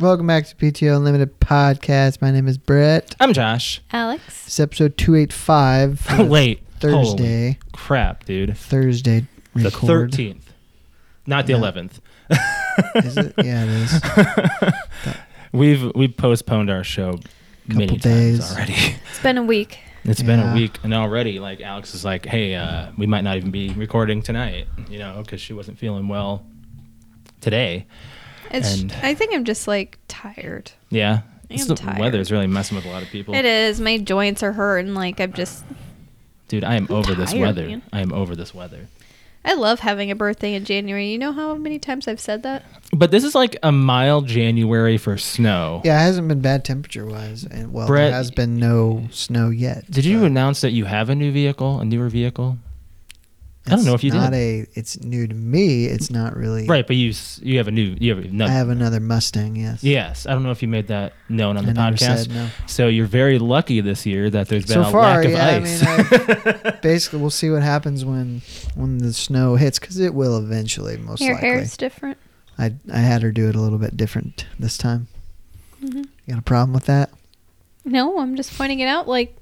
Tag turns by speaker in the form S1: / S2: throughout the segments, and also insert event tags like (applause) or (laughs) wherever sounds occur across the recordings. S1: Welcome back to PTO Unlimited podcast. My name is Brett.
S2: I'm Josh.
S3: Alex,
S1: It's
S2: (laughs)
S1: episode 285. for the
S2: Wait.
S1: Thursday.
S2: crap, dude.
S1: Thursday record.
S2: The 13th, not the
S1: Yeah.
S2: 11th.
S1: Is it? Yeah, it is.
S2: (laughs) We've we postponed our show many
S1: Couple days.
S2: times already. (laughs)
S3: it's been a week.
S2: It's been a
S1: Yeah.
S2: week, and already like Alex is like, "Hey, uh, we might not even be recording tonight," you know, because she wasn't feeling well today.
S3: It's,
S2: And-
S3: I think I'm just like tired.
S2: Yeah,
S3: I
S2: It's
S3: am
S2: the
S3: tired.
S2: weather's really messing with a lot of people.
S3: It is. My joints are hurting. Like I'm just.
S2: Dude, I am over this
S3: tired,
S2: weather.
S3: man.
S2: I am over this weather.
S3: I love having a birthday in January. You know how many times I've said that?
S2: But this is like a mild January for snow.
S1: Yeah, it hasn't been bad temperature wise. And well,
S2: Brett-
S1: there has been no snow yet.
S2: Did you
S1: but
S2: announce that you have a new vehicle, a newer vehicle? I don't
S1: it's
S2: know if you
S1: not
S2: did.
S1: A, it's new to me. It's not really.
S2: Right, but you s- you have a new you have
S1: I
S2: another.
S1: have another Mustang, yes.
S2: Yes, I don't know if you made that known on the
S1: I never
S2: podcast.
S1: said no.
S2: So you're very lucky this year that there's been
S1: So
S2: a
S1: far,
S2: lack of
S1: yeah, I
S2: ice. (laughs)
S1: mean, Basically, we'll see what happens when when the snow hits because it will eventually, most
S3: Your
S1: likely.
S3: hair's different.
S1: I I had her do it a little bit different this time. You got a problem with that?
S3: No, I'm just pointing it out. Like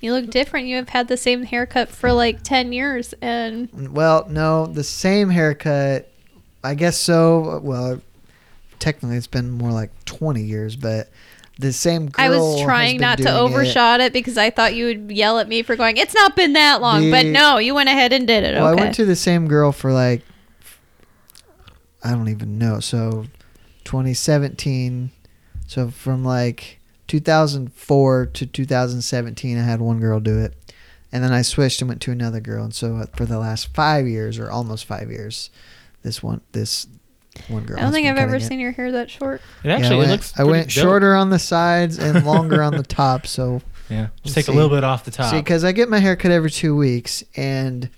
S3: you look different. You have had the same haircut for like ten years, and
S1: Well, no, the same haircut. I guess so. Well, technically, it's been more like twenty years, but the same girl.
S3: I was
S1: has
S3: trying
S1: been
S3: not to
S1: doing it.
S3: overshot it. because I thought you would yell at me for going. It's not been that long, but
S1: The-
S3: no, you went ahead and did it.
S1: Well, I
S3: okay.
S1: went to the same girl for like I don't even know. So, 2017. So from like 2004 to 2017, I had one girl do it, and then I switched and went to another girl. And so uh, for the last five years, or almost five years, this one this one girl.
S3: I don't
S1: has
S3: think
S1: been
S3: I've ever
S1: cutting it.
S3: seen your hair that short.
S2: it
S1: Yeah,
S2: actually
S1: I went,
S2: it looks.
S1: I
S2: pretty
S1: went
S2: dope.
S1: shorter on the sides and
S2: (laughs)
S1: longer on the top. So
S2: Yeah, just
S1: Let's
S2: take a
S1: see.
S2: little bit off the top.
S1: See, because I get my hair cut every two weeks, and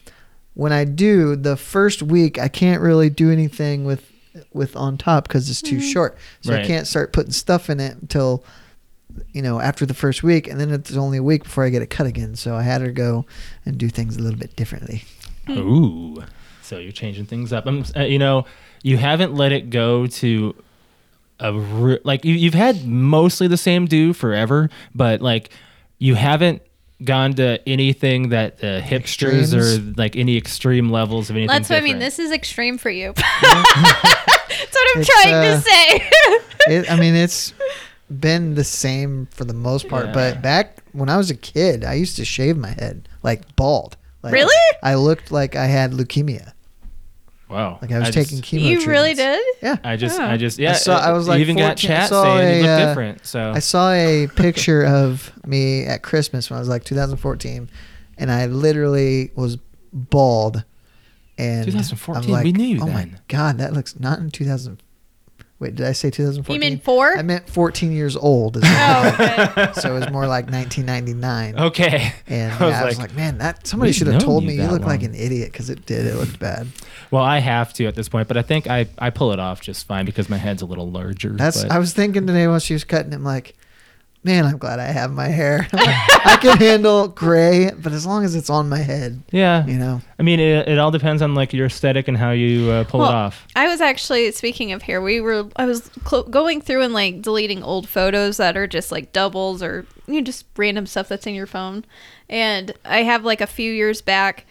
S1: when I do, the first week I can't really do anything with with on top because it's too short. So
S2: Right.
S1: I can't start putting stuff in it until you know after the first week, and then it's only a week before I get it cut again. So I had her go and do things a little bit differently.
S2: Ooh, so you're changing things up. I'm, uh, you know, you haven't let it go to a re- like you, you've had mostly the same do forever, but like you haven't gone to anything that the hipsters
S1: Extremes.
S2: or like any extreme levels of anything.
S3: That's what I mean.
S2: different.
S3: This is extreme for you. (laughs) That's what I'm
S1: It's,
S3: trying
S1: uh,
S3: to say. (laughs)
S1: It, I mean, it's been the same for the most part,
S2: Yeah.
S1: but back when I was a kid, I used to shave my head like bald. Like,
S3: Really?
S1: I looked like I had leukemia.
S2: wow.
S1: Like I was
S2: just-
S1: taking chemo.
S3: you really
S1: treatments.
S3: did?
S1: Yeah.
S2: I just,
S3: Oh.
S2: I just, yeah.
S1: saw- I was
S2: you
S1: like
S2: even got
S1: 14,
S2: chat
S1: I saw
S2: saying you look
S1: a, uh,
S2: different. So
S1: I saw a picture of me at Christmas when I was like 2014, and I literally was bald. And
S2: 2014,
S1: I'm like,
S2: we knew you
S1: Oh my
S2: then."
S1: god, that looks not in 2000. Wait, did I say 2014?
S3: You mean four?
S1: I meant 14 years old. Is what
S3: oh,
S1: (laughs)
S3: okay.
S1: I- so it was more like
S2: (laughs)
S1: 1999.
S2: okay.
S1: And yeah,
S2: I was like,
S1: man, that somebody
S2: "We've
S1: should have
S2: known
S1: told
S2: you
S1: me you
S2: that
S1: look like
S2: long."
S1: an idiot because it did. It looked bad.
S2: Well, I have to at this point, but I think I, I pull it off just fine because my head's a little larger.
S1: That's.
S2: but-
S1: I was thinking today while she was cutting. I'm like, man, I'm glad I have my hair. (laughs) I'm like, I can handle gray, but as long as it's on my head,
S2: yeah.
S1: you know.
S2: I mean, it, it all depends on like your aesthetic and how you uh, pull
S3: Well,
S2: it off.
S3: I was actually speaking of hair. We were. I was cl- going through and like deleting old photos that are just like doubles or you know, just random stuff that's in your phone. And I have like a few years back,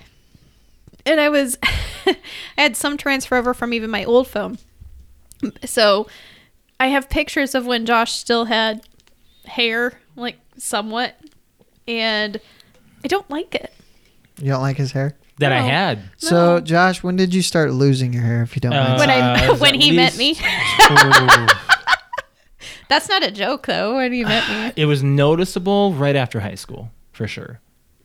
S3: and I was, (laughs) I had some transfer over from even my old phone. So, I have pictures of when Josh still had hair, like somewhat, and I don't like it.
S1: You don't like his hair.
S2: That I
S3: no.
S2: had. Uh,
S1: So, Josh, when did you start losing your hair? If you don't mind, (laughs)
S3: When I-
S2: it was
S3: when
S2: at
S3: he
S2: (laughs)
S3: met
S2: least-
S3: me. That's not a joke though. When you met me.
S2: (sighs) it was noticeable right after high school, for sure.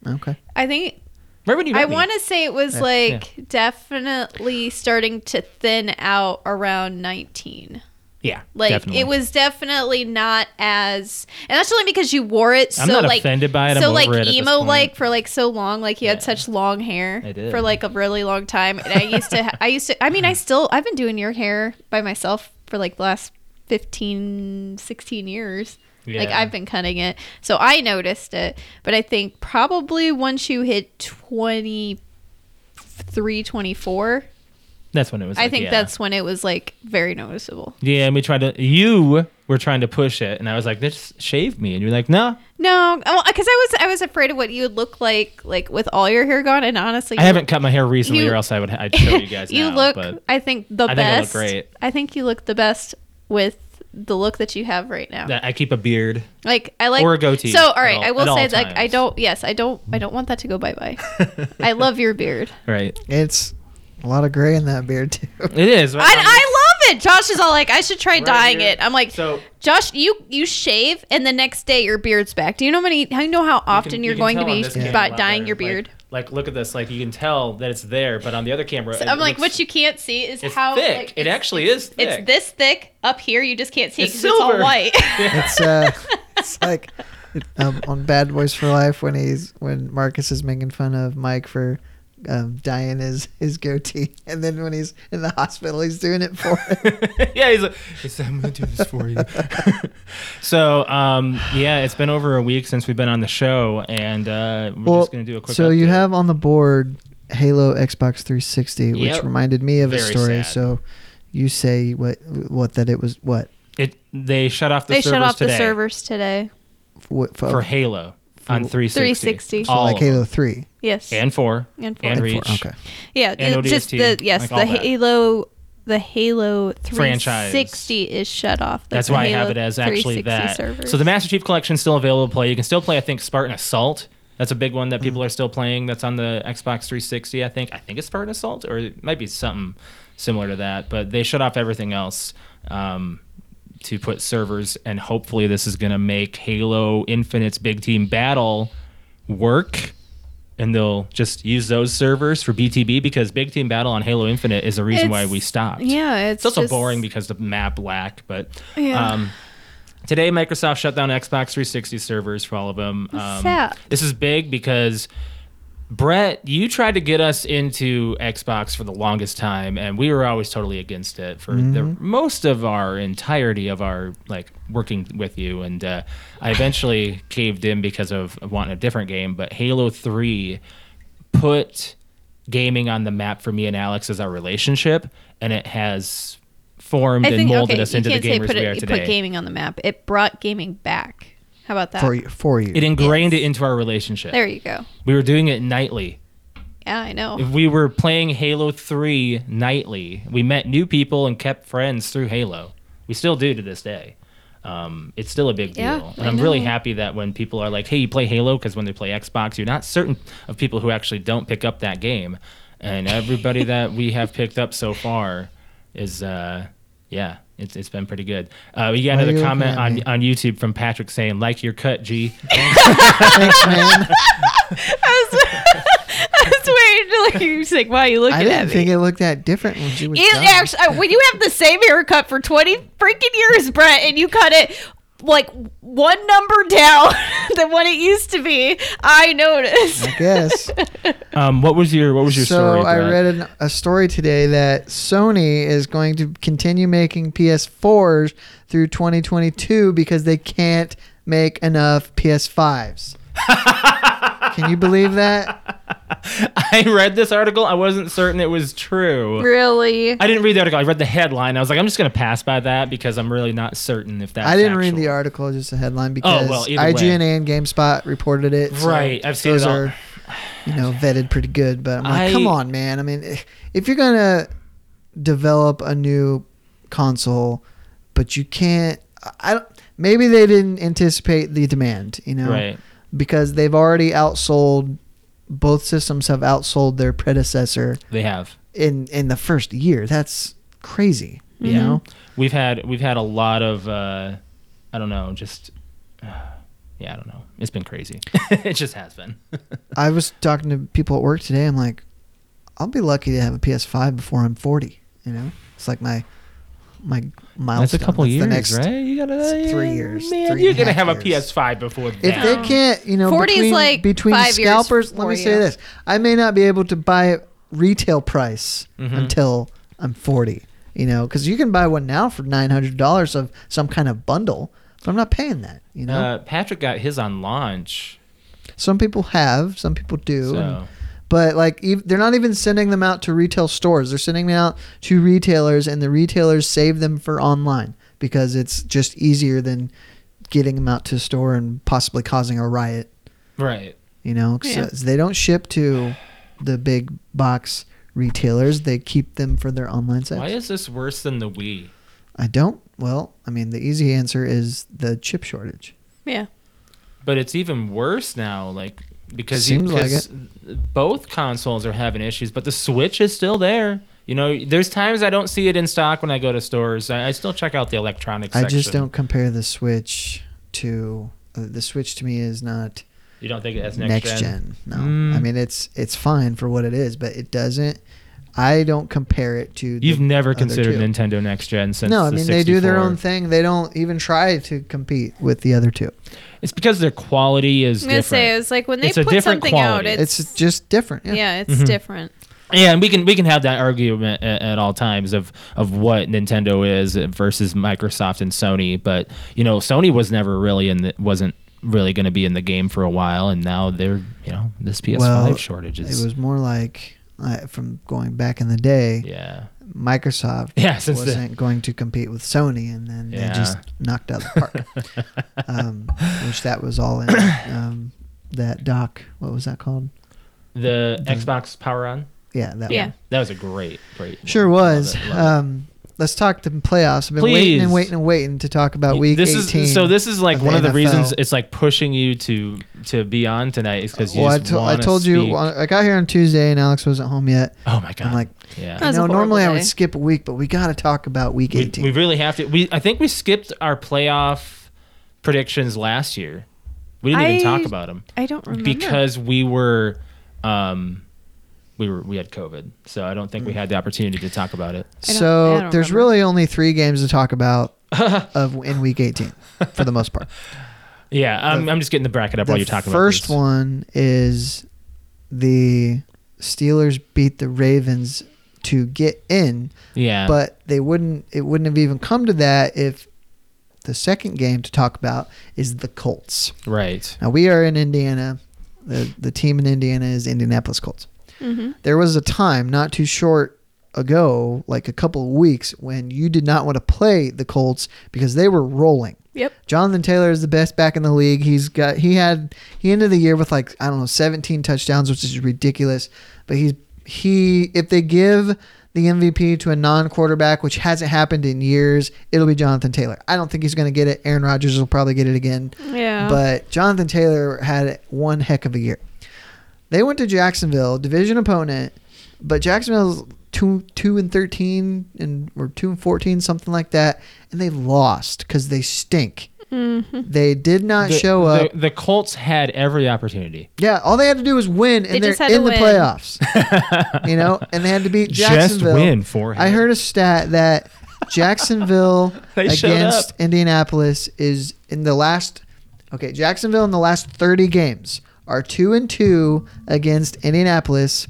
S1: Okay.
S3: I think
S2: Right when you
S3: I
S2: met me.
S3: want to say it was
S1: Yeah.
S3: like definitely starting to thin out around 19.
S2: yeah,
S3: Like
S2: definitely.
S3: it was definitely not as, and that's only because you wore it
S2: I'm
S3: so
S2: not
S3: like
S2: offended by it. I'm
S3: so
S2: over
S3: like
S2: it at this
S3: emo
S2: point.
S3: like for like so long. Like you
S2: Yeah.
S3: had such long hair
S2: I did.
S3: for like a really long time. And I used to, ha- I used to, I mean,
S2: (laughs)
S3: I still, I've been doing your hair by myself for like the last 15, 16 years. Like
S2: Yeah.
S3: I've been cutting it, so I noticed it. But I think probably once you hit 23, 24,
S2: That's when it was.
S3: I
S2: like,
S3: think
S2: yeah.
S3: that's when it was like very noticeable.
S2: Yeah, and we tried to. You were trying to push it, and I was like, "Just shave me," and you're like, "No,
S3: No, because I was I was afraid of what you would look like like with all your hair gone, and honestly,
S2: I
S3: you- (laughs)
S2: haven't cut my hair recently,
S3: you-
S2: or else I would. I'd show you guys.
S3: (laughs) you
S2: now,
S3: look,
S2: but
S3: I think the
S2: I think I look
S3: best.
S2: great.
S3: I think you look the best with the look that you have right now.
S2: that- I keep a beard.
S3: like I like
S2: or a goatee
S3: So all right,
S2: at all-
S3: I
S2: at
S3: will
S2: all
S3: say like I
S2: times.
S3: don't. Yes, I don't. I don't want that to go bye bye.
S2: (laughs)
S3: I love your beard.
S2: Right,
S1: It's a lot of gray in that beard too. (laughs)
S2: it is.
S3: I, I love it. Josh is all like, I should try dyeing
S2: here.
S3: it. I'm like,
S2: So-
S3: Josh, you you shave, and the next day your beard's back. Do you know how many? I know how often you are going to be about dyeing your beard.
S2: Like, look at this. Like you can tell that it's there, but on the other camera,
S3: So I'm like, what you can't see is
S2: It's
S3: how
S2: thick.
S3: like,
S2: it
S3: it's-
S2: actually is thick.
S3: It's this thick up here. You just can't see
S2: It's
S3: because it's, all
S2: silver. (laughs)
S3: white.
S1: It's uh,
S3: (laughs)
S1: it's like um, on Bad Boys for Life when he's when Marcus is making fun of Mike for um, dyeing his his goatee, and then when he's in the hospital, he's doing
S2: (laughs)
S1: it for. Him.
S2: yeah, he's like, he said, I'm gonna do this for (laughs) you. so, um, yeah, it's been over a week since we've been on the show, and uh, we're just gonna do a quick.
S1: so you
S2: update.
S1: have on the board Halo Xbox 360, which
S2: Yep.
S1: reminded me of a
S2: Very
S1: story.
S2: sad.
S1: So you say what what that it was what
S2: it. They shut off the
S3: they
S2: servers
S3: shut off
S2: today
S3: the servers today.
S1: what
S2: for Halo on
S1: For-
S2: 360,
S3: 360.
S1: so
S2: all
S1: like
S2: of them.
S1: Halo 3
S3: Yes.
S2: and four
S3: And
S2: and,
S3: four.
S1: four,
S2: Reach.
S1: Okay,
S3: yeah.
S2: and
S3: it- just
S2: ODST,
S3: the yes,
S2: like all
S3: the
S2: that.
S3: Halo, the Halo
S2: Franchise.
S3: 360 is shut off.
S2: That's
S3: the
S2: why I
S3: Halo
S2: have it as actually
S3: 360
S2: that.
S3: servers.
S2: So the Master Chief Collection is still available to play. You can still play, I think, Spartan Assault. That's a big one that
S3: Mm-hmm.
S2: people are still playing. That's on the Xbox 360, I think. I think it's Spartan Assault, or it might be something similar to that. But they shut off everything else um, to put servers, and hopefully this is going to make Halo Infinite's big team battle work. And they'll just use those servers for BTB because Big Team Battle on Halo Infinite is the reason why
S3: It's-
S2: we stopped.
S3: yeah, it's
S2: It's also
S3: just-
S2: boring because the map lack, but
S3: Yeah.
S2: um, today Microsoft shut down Xbox 360 servers for all of them. Um,
S3: sad.
S2: This is big because Brett, you tried to get us into Xbox for the longest time, and we were always totally against it for the most of our entirety of our like working with you. And uh, I eventually caved in because of wanting a different game, but Halo Three put gaming on the map for me and Alex as our relationship, and it has formed
S3: I
S2: and
S3: think
S2: molded
S3: okay,
S2: us
S3: you
S2: into the
S3: can't say
S2: gamers
S3: put
S2: we
S3: it,
S2: are
S3: you
S2: today.
S3: put gaming on the map. It brought gaming back. How about that?
S1: for you for you.
S2: Uh, it ingrained it into our relationship.
S3: There you go.
S2: We were doing it nightly.
S3: Yeah, I
S1: (laughs)
S3: know.
S2: If we were playing Halo 3 nightly, we met new people and kept friends through Halo. We still do to this day. Um, it's still a big deal.
S3: Yeah,
S2: and
S3: I
S2: I'm really
S3: know.
S2: happy that when people are like, hey, you play Halo, because when they play Xbox, you're not certain of people who actually don't pick up that game. And everybody that we have picked up so far is, uh, yeah, it's, it's been pretty good. Uh, we got
S1: Why are
S2: another
S1: you looking
S2: comment
S1: at
S2: on,
S1: me?
S2: on YouTube from Patrick saying, like your cut, G.
S1: Thanks, man.
S3: (laughs) I was, (laughs) I was waiting to like you like, wow, you looking
S1: I
S3: at
S1: didn't
S3: me.
S1: think it looked that different when she was
S3: It
S1: done.
S3: actually, uh, when you have the same haircut for 20 freaking years, Brett, and you cut it like one number down (laughs) than what it used to be, I noticed.
S1: I
S2: (laughs)
S1: guess.
S2: Um, what was your what was your
S1: so
S2: story?
S1: I
S2: Brett?
S1: read an, a story today that Sony is going to continue making PS4s through 2022 because they can't make enough
S2: (laughs)
S1: PS5s. Can you believe that?
S2: (laughs) I read this article. I wasn't certain it was true.
S3: (laughs) Really?
S2: I didn't read the article. I read the headline. I was like, I'm just gonna pass by that because I'm really not certain if that's.
S1: I didn't read
S2: actual. Oh,
S1: the article, just a headline because
S2: well, either
S1: IGN and GameSpot reported it. so
S2: Right, I've seen
S1: those
S2: it all.
S1: are, you know, vetted pretty good. But I'm like,
S2: I-
S1: come on, man. I mean, if you're gonna develop a new console, but you can't, I don't. Maybe they didn't anticipate the demand, you know,
S2: Right.
S1: because they've already outsold. Both systems have outsold their predecessor
S2: They have.
S1: in in the first year. That's crazy, you
S2: Yeah.
S1: know.
S2: We've had we've had a lot of uh, I don't know just. Uh, yeah, I don't know. It's been crazy. (laughs) it just has been.
S1: I was talking to people at work today. I'm like, I'll be lucky to have a PS5 before I'm 40. You know, it's like my my milestone.
S2: That's a couple
S1: It's
S2: years,
S1: the next,
S2: right? You gotta
S1: it's three years,
S2: Man,
S1: three and
S2: you're
S1: a
S2: gonna
S1: half
S2: have a
S1: years.
S2: PS5 before that.
S1: If they
S3: Yeah.
S1: can't, you know,
S3: 40 is
S1: between,
S3: like
S1: between
S3: five years
S1: scalpers, let
S3: for
S1: me
S3: you.
S1: say this: I may not be able to buy it retail price
S2: Mhm.
S1: until I'm 40. You know, because you can buy one now for nine hundred dollars of some kind of bundle, but I'm not paying that. You know,
S2: uh, Patrick got his on launch.
S1: some people have, some people do,
S2: So
S1: and- but like ev- they're not even sending them out to retail stores. They're sending them out to retailers, and the retailers save them for online because it's just easier than getting them out to a store and possibly causing a riot
S2: right.
S1: you know 'cause,
S3: Yeah.
S1: uh, they don't ship to the big box retailers they keep them for their online
S2: Why
S1: sales
S2: is this worse than the Wii?
S1: i don't well i mean the easy answer is the chip shortage
S3: Yeah.
S2: But it's even worse now, like because,
S1: Seems like
S2: because both consoles are having issues, but the Switch is still there. You know, there's times I don't see it in stock when I go to stores. I, I still check out the electronics.
S1: i just
S2: section.
S1: don't compare the switch to uh, the switch to me is not
S2: You don't think it has
S1: next, gen. no
S2: Mm.
S1: i mean it's it's fine for what it is but it doesn't i don't compare it to the
S2: You've never
S1: other
S2: considered
S1: two.
S2: Nintendo next gen since
S1: no
S2: the
S1: i mean they do their
S2: 64.
S1: own thing they don't even try to compete with the other two
S2: It's because their quality is
S3: I'm gonna
S2: different.
S3: say it's like when they
S2: It's a
S3: put
S2: different
S3: something
S2: quality.
S3: out, it's,
S1: it's, just different
S3: yeah. it's
S2: Mhm.
S3: different.
S2: Yeah, and we can we can have that argument at, at all times of of what Nintendo is versus Microsoft and Sony, but you know Sony was never really in the, wasn't really going to be in the game for a while, and now they're you know this PS5
S1: Well,
S2: shortage
S1: It
S2: is
S1: was more like uh, from going back in the day,
S2: yeah
S1: Microsoft
S2: (laughs) yeah since the,
S1: wasn't going to compete with Sony, and then
S2: Yeah.
S1: they just knocked out the park.
S2: (laughs)
S1: um, which that was all in um, that doc. What was that called?
S2: the
S1: the-
S2: Xbox Power On
S1: Yeah, that
S3: Yeah.
S1: one.
S2: that was a great great
S1: Sure was.
S2: Love it, love it.
S1: Um, let's talk the playoffs. I've been waiting and
S2: Please.
S1: waiting and waiting to talk about Uh, week
S2: this
S1: 18.
S2: is so this is like
S1: of
S2: one
S1: the
S2: of the reasons
S1: NFL.
S2: it's like pushing you to to be on tonight is because you
S1: well, I,
S2: just
S1: to- I
S2: wanna
S1: told you,
S2: speak.
S1: well, I got here on Tuesday and Alex wasn't home yet.
S2: oh my god
S1: I'm like,
S2: yeah
S3: That was a
S1: no,
S3: horrible
S1: normally I
S3: day.
S1: would skip a week, but we got to talk about week
S2: we,
S1: 18.
S2: we really have to. We I think we skipped our playoff predictions last year. We didn't even
S3: I
S2: talk about them
S3: I don't remember
S2: because we were, um, we were we had COVID, so I don't think we had the opportunity to talk about it.
S3: I don't- I
S1: So
S3: don't
S1: there's
S3: remember.
S1: really only three games to talk
S2: (laughs)
S1: about of in week 18 for the most part.
S2: Yeah, I'm,
S1: The-
S2: I'm just getting the bracket up while
S1: the
S2: you're talking
S1: first
S2: about
S1: one is the Steelers beat the Ravens to get in,
S2: this. Yeah,
S1: but they wouldn't. It wouldn't have even come to that if the second game to talk about is the Colts.
S2: right.
S1: Now we are in Indiana. The the team in Indiana is Indianapolis Colts.
S3: Mm-hmm.
S1: There was a time not too short ago, like a couple of weeks, when you did not want to play the Colts because they were rolling.
S3: Yep.
S1: Jonathan Taylor is the best back in the league. He's got he had he ended the year with like I don't know 17 touchdowns, which is ridiculous. But he's he if they give the MVP to a non-quarterback, which hasn't happened in years, it'll be Jonathan Taylor. I don't think he's going to get it. Aaron Rodgers will probably get it again.
S3: Yeah.
S1: But Jonathan Taylor had one heck of a year. They went to Jacksonville, division opponent, but Jacksonville's two two and thirteen and or two and fourteen, something like that, and they lost because they stink.
S3: Mm-hmm.
S1: They did not
S2: The-
S1: show
S2: the-
S1: up.
S2: The, Colts had every opportunity.
S1: yeah, all they had to do was win, and
S3: They
S1: they are
S3: just had
S1: in
S3: to
S1: the
S3: win.
S1: playoffs.
S2: (laughs)
S1: you know, and they had to beat
S2: Just
S1: Jacksonville.
S2: win for.
S1: I heard a
S2: (laughs)
S1: stat that Jacksonville
S2: They showed
S1: against
S2: up.
S1: Indianapolis is in the last okay, Jacksonville in the last 30 games are 2 and 2 against Indianapolis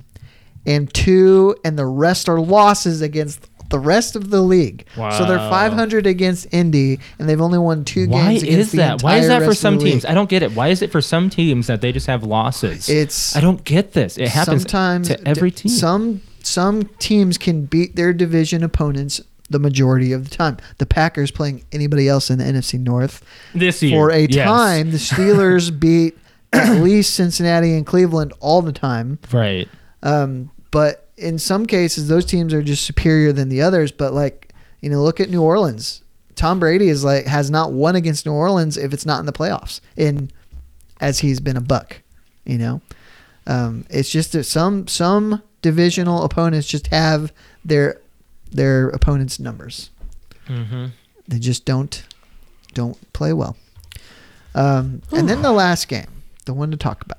S1: and 2 and the rest are losses against the rest of the league. So they're
S2: Wow.
S1: 500 against Indy and they've only won 2
S2: Why
S1: games against
S2: is
S1: the
S2: that? Why is
S1: entire
S2: that for
S1: rest of
S2: some
S1: the league.
S2: teams? I don't get it. Why is it for some teams that they just have losses?
S1: It's
S2: I don't get this. It happens
S1: sometimes
S2: to every
S1: d-
S2: team.
S1: Some some teams can beat their division opponents the majority of the time. The Packers playing anybody else in the NFC North
S2: this year
S1: for a
S2: yes.
S1: time. The
S2: (laughs)
S1: Steelers beat at least Cincinnati and Cleveland all the time.
S2: Right.
S1: Um, but in some cases, those teams are just superior than the others. But like you know, look at New Orleans. Tom Brady is like has not won against New Orleans if it's not in the playoffs. In as he's been a buck, you know, um, it's just that some some divisional opponents just have their their opponents' numbers.
S2: Mm-hmm.
S1: They just don't don't play well. Um, and then the last game, the one to talk about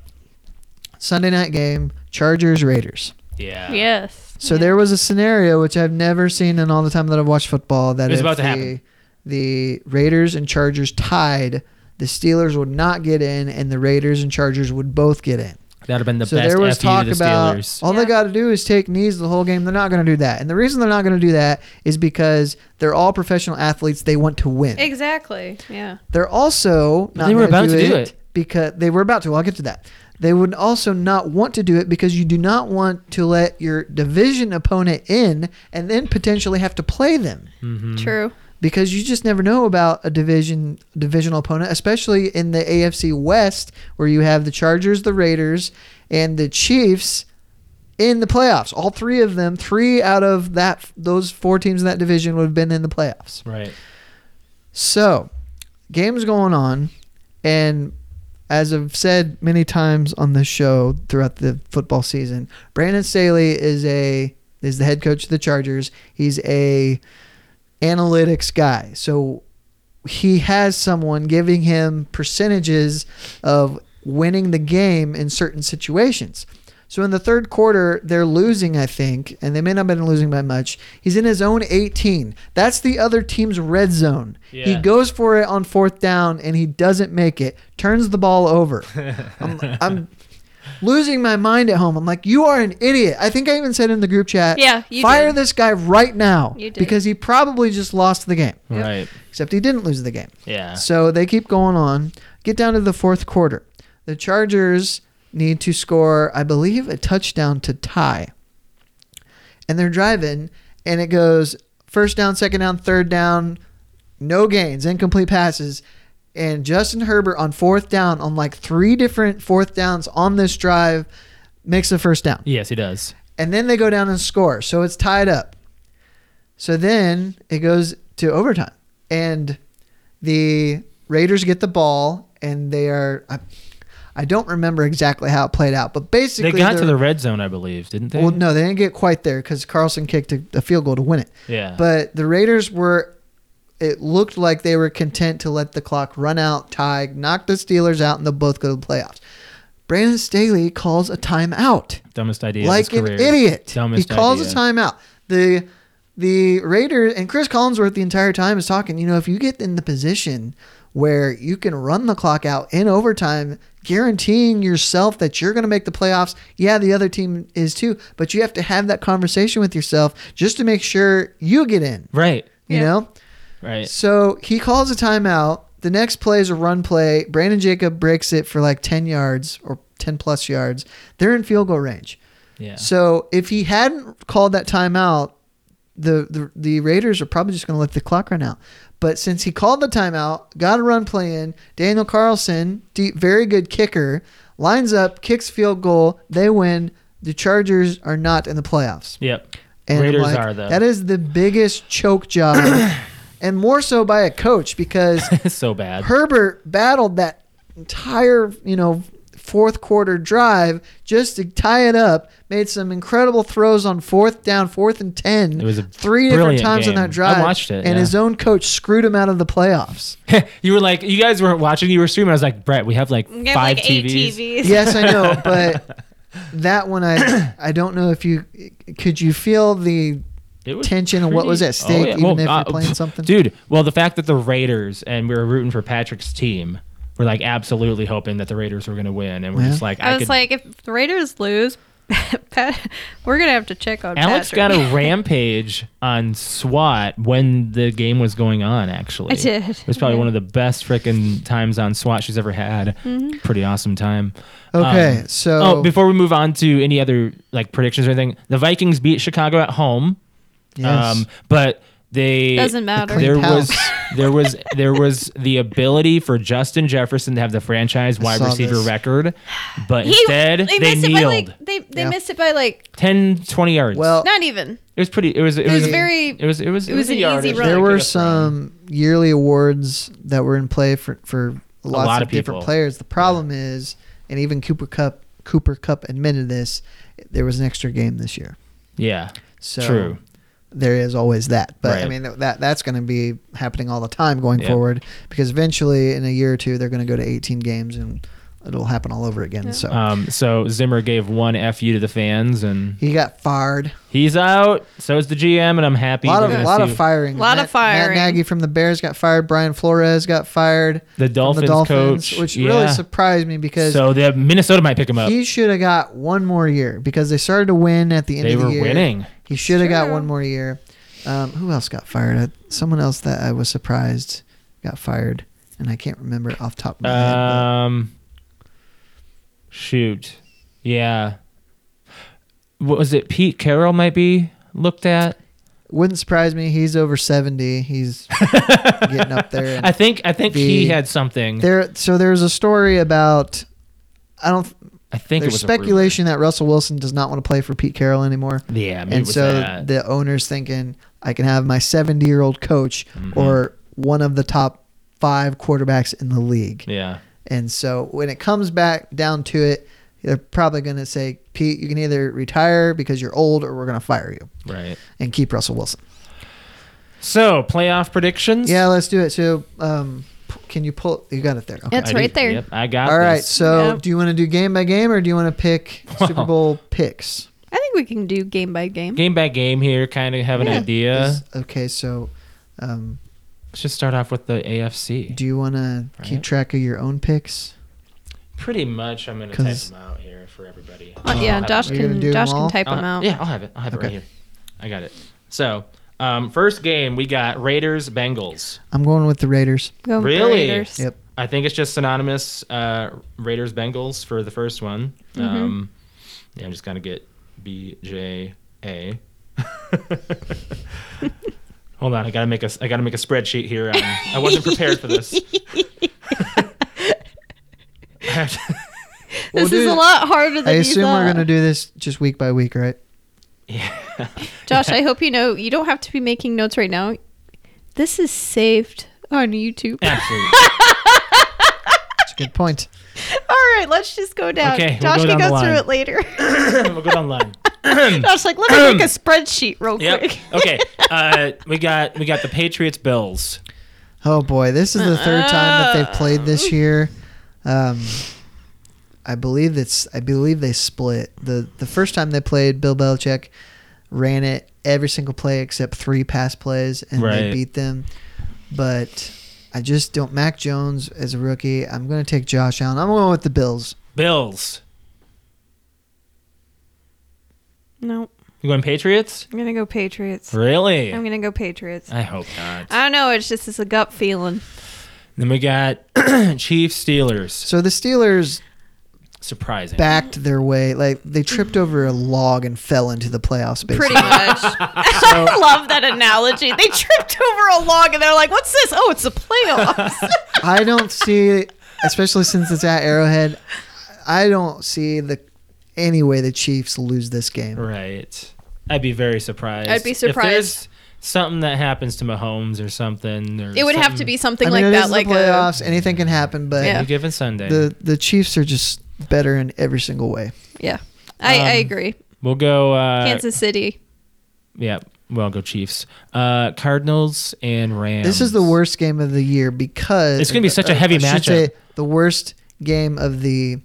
S1: Sunday night game, Chargers Raiders.
S2: Yeah.
S3: Yes.
S1: So there was a scenario which I've never seen in all the time that I've watched football that
S2: It was
S1: if
S2: about to
S1: the,
S2: happen.
S1: the Raiders and Chargers tied, the Steelers would not get in, and the Raiders and Chargers would both get in.
S2: That'd have been the
S1: so
S2: best
S1: there was
S2: FU
S1: talk
S2: to the
S1: about
S2: Steelers.
S1: all they
S3: Yeah.
S1: got to do is take knees the whole game. They're not going to do that, and the reason they're not going to do that is because they're all professional athletes. They want to win.
S3: Exactly. Yeah.
S1: They're also not
S2: they were
S1: gonna
S2: about to do it.
S1: because they were about to. Well, I'll get to that. They would also not want to do it because you do not want to let your division opponent in and then potentially have to play them
S2: Mm-hmm. Mm.
S3: True.
S1: because you just never know about a division divisional opponent, especially in the AFC West where you have the Chargers, the Raiders, and the Chiefs in the playoffs. All three of them, three out of that those four teams in that division would have been in the playoffs.
S2: Right.
S1: So, game's going on, and as I've said many times on this show throughout the football season, Brandon Staley is a is the head coach of the Chargers. He's a analytics guy. So he has someone giving him percentages of winning the game in certain situations. So in the third quarter, they're losing, I think, and they may not have been losing by much. He's in his own 18. That's the other team's red zone. He
S2: Yeah.
S1: goes for it on fourth down and he doesn't make it, turns the ball over. I'm, I'm losing my mind at home. I'm like, you are an idiot. I think I even said in the group chat,
S3: Yeah, you
S1: fire
S3: did.
S1: this guy right now
S3: You did.
S1: because he probably just lost the game,
S3: Yep.
S2: Right.
S1: except he didn't lose the game.
S2: Yeah.
S1: So they keep going on. Get down to the fourth quarter. The Chargers need to score, I believe, a touchdown to tie. And they're driving, and it goes first down, second down, third down, no gains, incomplete passes. And Justin Herbert on fourth down, on like three different fourth downs on this drive, makes the first down
S2: Yes, he does.
S1: and then they go down and score. So it's tied up. So then it goes to overtime, and the Raiders get the ball, and they are. I, I don't remember exactly how it played out, but basically
S2: They got to
S1: they're-
S2: the red zone, I believe, didn't they?
S1: Well, no, they didn't get quite there because Carlson kicked a, a field goal to win it.
S2: Yeah.
S1: But the Raiders were. It looked like they were content to let the clock run out, tie, knock the Steelers out, and they'll both go to the playoffs. Brandon Staley calls a timeout
S2: dumbest idea.
S1: like
S2: of his
S1: an
S2: career.
S1: idiot.
S2: Dumbest
S1: he calls
S2: idea.
S1: a timeout. The the Raiders and Chris Collinsworth the entire time is talking. You know, if you get in the position where you can run the clock out in overtime, guaranteeing yourself that you're going to make the playoffs. Yeah, the other team is too, but you have to have that conversation with yourself just to make sure you get in.
S2: Right.
S1: You
S3: Yeah.
S1: know,
S2: Right.
S1: so he calls a timeout. The next play is a run play. Brandon Jacob breaks it for like ten yards or ten plus yards. They're in field goal range.
S2: Yeah.
S1: So if he hadn't called that timeout, the the, the Raiders are probably just going to let the clock run out. But since he called the timeout, got a run play in, Daniel Carlson, deep, very good kicker, lines up, kicks field goal, they win. The Chargers are not in the playoffs.
S2: Yep. (laughs)
S1: And I'm
S2: Raiders
S1: like,
S2: are though.
S1: That is the biggest choke job, (coughs) and more so by a coach
S2: (laughs)
S1: because
S2: so bad.
S1: Herbert battled that entire, you know, fourth quarter drive just to tie it up. Made some incredible throws on fourth down, fourth and ten.
S2: It was a
S1: three different
S2: brilliant
S1: times on
S2: game.
S1: that drive.
S2: I watched it,
S1: and
S2: yeah.
S1: his own coach screwed him out of the playoffs.
S2: you were like, you guys weren't watching. You were streaming. I was like, Brett, we have like
S3: We have
S2: five
S3: like eight
S2: TVs.
S3: TVs.
S1: yes,
S2: (laughs)
S1: I know, but that one I I don't know if you could you feel the
S2: It was
S1: tension and what was at
S2: Oh,
S1: stake,
S2: yeah.
S1: even
S2: Well,
S1: if
S2: uh, (laughs)
S1: you're playing something.
S2: Dude, well, the fact that the Raiders and we were rooting for Patrick's team, we're like absolutely hoping that the Raiders were going to win, and we're
S1: Yeah.
S2: just like,
S3: I,
S2: I,
S3: was
S2: could.
S3: like, if the Raiders lose, (laughs) Pat, we're gonna have to check on
S2: Alex
S3: Patrick.
S2: got a rampage on SWAT when the game was going on. Actually,
S3: I did.
S2: It was probably one of the best freaking times on SWAT she's ever had.
S3: Mm-hmm.
S2: Pretty awesome time.
S1: Okay,
S2: Um,
S1: so
S2: oh, before we move on to any other like predictions or anything, the Vikings beat Chicago at home.
S1: yes.
S2: Um, but they
S3: Doesn't matter.
S2: There
S1: Clean house.
S2: was there was there was the ability for Justin Jefferson to have the franchise wide
S1: saw
S2: receiver
S1: this.
S2: record, but
S3: (laughs) He-
S2: instead they,
S3: missed
S2: kneeled
S3: It by like, they they
S1: Yeah. Oh.
S3: missed it by like
S2: 10 20 yards.
S1: well,
S3: not even.
S2: it was pretty it was it,
S3: It was
S2: was
S3: very.
S2: it was it was
S3: it was
S2: a
S3: an easy
S2: yardage.
S3: run.
S1: there
S3: Really
S1: were
S2: Like,
S1: some yearly awards that were in play for for lots
S2: lot
S1: of,
S2: of
S1: different
S2: people.
S1: players. The problem is, and even Cooper Cup Cooper Cup admitted this, there was an extra game this year.
S2: Yeah.
S1: So
S2: True.
S1: there is always that. But I
S2: Right.
S1: mean th- that that's going to be happening all the time going
S2: Yeah.
S1: forward because eventually in a year or two they're going to go to 18 games and it'll happen all over again.
S3: Yeah.
S1: So
S2: Um, so Zimmer gave one fu to the fans, and
S1: he got fired.
S2: he's out. So is the GM, and I'm happy.
S1: A lot of
S2: We're gonna
S1: lot
S2: see-
S1: of firing.
S3: Lot of firing.
S1: Matt Nagy from the Bears got fired. Brian Flores got fired.
S2: The
S1: from
S2: Dolphins,
S1: the Dolphins,
S2: coach,
S1: which
S2: yeah.
S1: really surprised me because
S2: so the Minnesota might pick him up.
S1: he should have got one more year because they started to win at the end
S2: They
S1: of the
S2: were
S1: year.
S2: winning.
S1: He should have got
S3: True.
S1: one more year. Um, who else got fired? Uh, Someone else that I was surprised got fired, and I can't remember it off the top of my head.
S2: Um, shoot, yeah. What was it? Pete Carroll might be looked at.
S1: but Wouldn't surprise me. He's over
S2: (laughs)
S1: seventy. He's getting up there.
S2: I think. I think he
S1: The-
S2: had something.
S1: there, so there's a story about. I don't.
S2: I think it
S1: There's
S2: was a rumor.
S1: speculation that Russell Wilson does not want to play for Pete Carroll anymore.
S2: Yeah, I mean, it
S1: and
S2: was
S1: so
S2: that.
S1: the owner's thinking i can have my 70 year old coach
S2: Mm-hmm.
S1: or one of the top five quarterbacks in the league
S2: yeah.
S1: and so when it comes back down to it they're probably going to say pete you can either retire because you're old or we're going to fire you
S2: Right.
S1: and keep russell wilson
S2: So playoff predictions.
S1: yeah let's do it so um, p- can you pull you got it there okay
S3: It's
S2: I
S3: right there.
S2: Yep, I got.
S1: all right
S2: this.
S1: so
S3: Yep.
S1: do you want to do game by game or do you want
S2: (laughs)
S1: to pick super
S2: Well,
S1: bowl picks
S3: I think we can do game by game.
S2: Game by game here, kind of have an
S3: Yeah.
S2: idea.
S1: Is- okay so um,
S2: Let's just start off with the AFC.
S1: do you want to keep
S2: Right.
S1: track of your own picks
S2: Pretty much, I'm gonna
S1: 'Cause-
S2: type them out here for everybody.
S3: Uh, yeah, Josh
S1: You're gonna
S3: can
S1: do 'em
S3: Josh can
S1: all?
S3: type them
S2: I'll-
S3: out.
S2: Uh, Yeah, I'll have it. I'll have it right
S1: Okay.
S2: here. I got it. So, um, first game we got Raiders Bengals.
S1: I'm going with the Raiders.
S3: Go with the
S2: Really?
S3: Raiders.
S1: Yep.
S2: I think it's just synonymous uh, Raiders Bengals for the first one.
S3: Mm-hmm.
S2: Um, yeah, I'm just gonna get B J A. (laughs)
S3: (laughs)
S2: Hold on, I gotta make a I gotta make a spreadsheet here. Um, I wasn't prepared for
S1: (laughs)
S3: (laughs)
S2: this.
S3: This
S1: We'll
S3: is
S1: do-
S3: a lot harder than
S1: I
S3: you
S1: assume
S3: thought.
S1: we're gonna do this just week by week, right?
S2: yeah.
S3: Josh, I hope you know you don't have to be making notes right now. This is saved on YouTube. (laughs)
S2: (laughs)
S3: All
S2: Absolutely. (coughs)
S1: That's a good point.
S3: right, let's just go down.
S2: Okay, we'll
S3: Josh
S2: go
S3: can
S2: down the
S3: go through
S2: line. (clears throat)
S3: it later.
S2: we'll go online.
S3: Josh, like, let me make
S2: (clears throat)
S3: a spreadsheet real
S2: Yep.
S3: quick.
S2: (laughs) Okay.
S3: (laughs)
S2: Uh, we got we got the Patriots Bills.
S1: Oh boy, this is the third time that they've played this year. Um, I believe it's. I believe they split the the first time they played. Bill Belichick ran it every single play except three pass plays, and they
S2: Right.
S1: beat them. But I just don't. Mac Jones as a rookie. I'm gonna take Josh Allen. I'm going with the Bills.
S2: Bills.
S3: No,
S2: You going Patriots?
S3: I'm gonna go Patriots.
S2: Really?
S3: I'm gonna go Patriots.
S2: I hope not.
S3: I don't know. It's just it's a gut feeling.
S2: then we got (clears throat) Chiefs Steelers.
S1: So the Steelers
S2: Surprising.
S1: backed their way. Like they tripped over a log and fell into the playoffs. Basically.
S3: Pretty
S2: (laughs)
S3: much. (laughs) I love that analogy. They tripped over a log and they're like, "What's this? Oh, it's the playoffs."
S2: (laughs)
S3: (laughs)
S1: I don't see, especially since it's at Arrowhead. I don't see the any way the Chiefs lose this game.
S2: Right. I'd be very surprised.
S3: I'd be
S2: If
S3: surprised.
S2: there's something that happens to Mahomes or something. Or
S3: it would have to
S2: something-
S3: be
S1: I
S3: something
S1: mean,
S3: like
S1: it is
S3: that, like
S1: the playoffs. anything can happen, but
S3: Yeah.
S2: Any given Sunday.
S1: the the Chiefs are just better in every single way.
S3: a yeah. I, I
S2: Um,
S3: agree.
S2: we'll go. Uh,
S3: Kansas City.
S2: Yeah. Well, go Chiefs. Uh, Cardinals and Rams.
S1: This is the worst game of the year because
S2: It's gonna be such a heavy
S1: I should
S2: matchup.
S1: say the worst game of the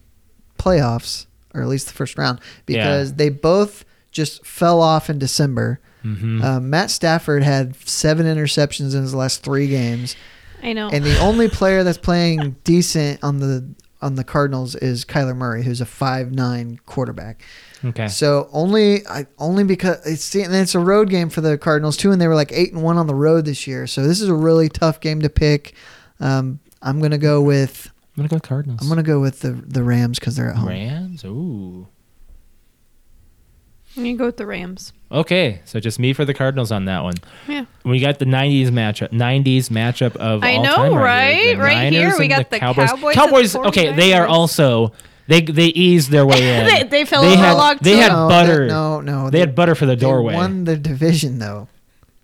S1: playoffs, or at least the first round, because they both just fell off in December.
S2: Mhm.
S1: Uh, Matt Stafford had seven interceptions in his last three games.
S3: I know.
S1: And the only player that's playing decent on the on the Cardinals is Kyler Murray, who's a five nine quarterback.
S2: Okay.
S1: So only I only because it's and it's a road game for the Cardinals too, and they were like eight and one on the road this year. So this is a really tough game to pick. Um, I'm gonna go with
S2: I'm gonna go with Cardinals.
S1: I'm gonna go with the the Rams because they're at home.
S2: Rams. Ooh.
S3: I'm gonna go with the Rams.
S2: Okay, so just me for the Cardinals on that one.
S3: Yeah.
S2: We got the '90s matchup. '90s matchup of
S3: I
S2: all
S3: know,
S2: time
S3: right?
S2: here. The
S3: Right
S2: Niners
S3: here, we
S2: and
S3: got the Cowboys and
S2: Cowboys.
S3: the
S2: okay, they are
S3: 49ers.
S2: also they they eased their
S3: (laughs)
S2: way in.
S3: They- they fell over a
S2: had,
S3: log,
S2: They
S3: too.
S2: had
S1: No,
S2: butter.
S1: that- no, no,
S2: they had butter for the
S1: they
S2: doorway.
S1: Won the division though.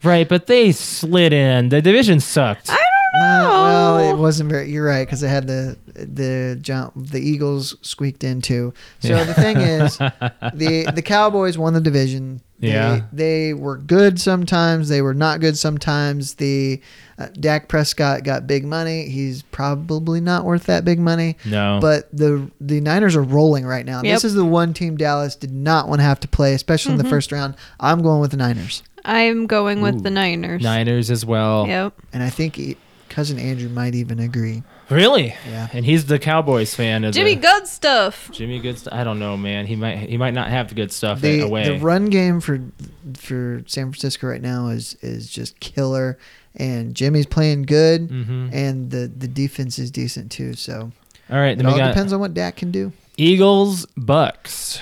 S2: Right, but they slid in. The division sucked.
S3: I
S1: Uh,
S3: don't know.
S1: well, it wasn't very. You're right because it had the the jump. The Eagles squeaked in too. So the thing is, the the Cowboys won the division. They,
S2: Yeah.
S1: they were good sometimes. They were not good sometimes. The uh, Dak Prescott got big money. He's probably not worth that big money.
S2: No.
S1: But the the Niners are rolling right now.
S3: Yep.
S1: This is the one team Dallas did not want to have to play, especially in the first round. I'm going with the Niners,
S3: I'm going with the
S2: Ooh.
S3: Niners.
S2: Niners as well.
S3: Yep.
S1: and I think e cousin Andrew might even agree.
S2: Really?
S1: Yeah.
S2: And he's the Cowboys fan. As
S3: Jimmy
S2: a,
S3: Good stuff.
S2: Jimmy Good. I don't know, man. He might. He might not have the good stuff
S1: The,
S2: away.
S1: the run game for for San Francisco right now is is just killer, and Jimmy's playing good,
S2: Mhm.
S1: and the the defense is decent too. So
S2: All right.
S1: it
S2: Then we
S1: all
S2: got
S1: depends on what Dak can do.
S2: Eagles Bucks.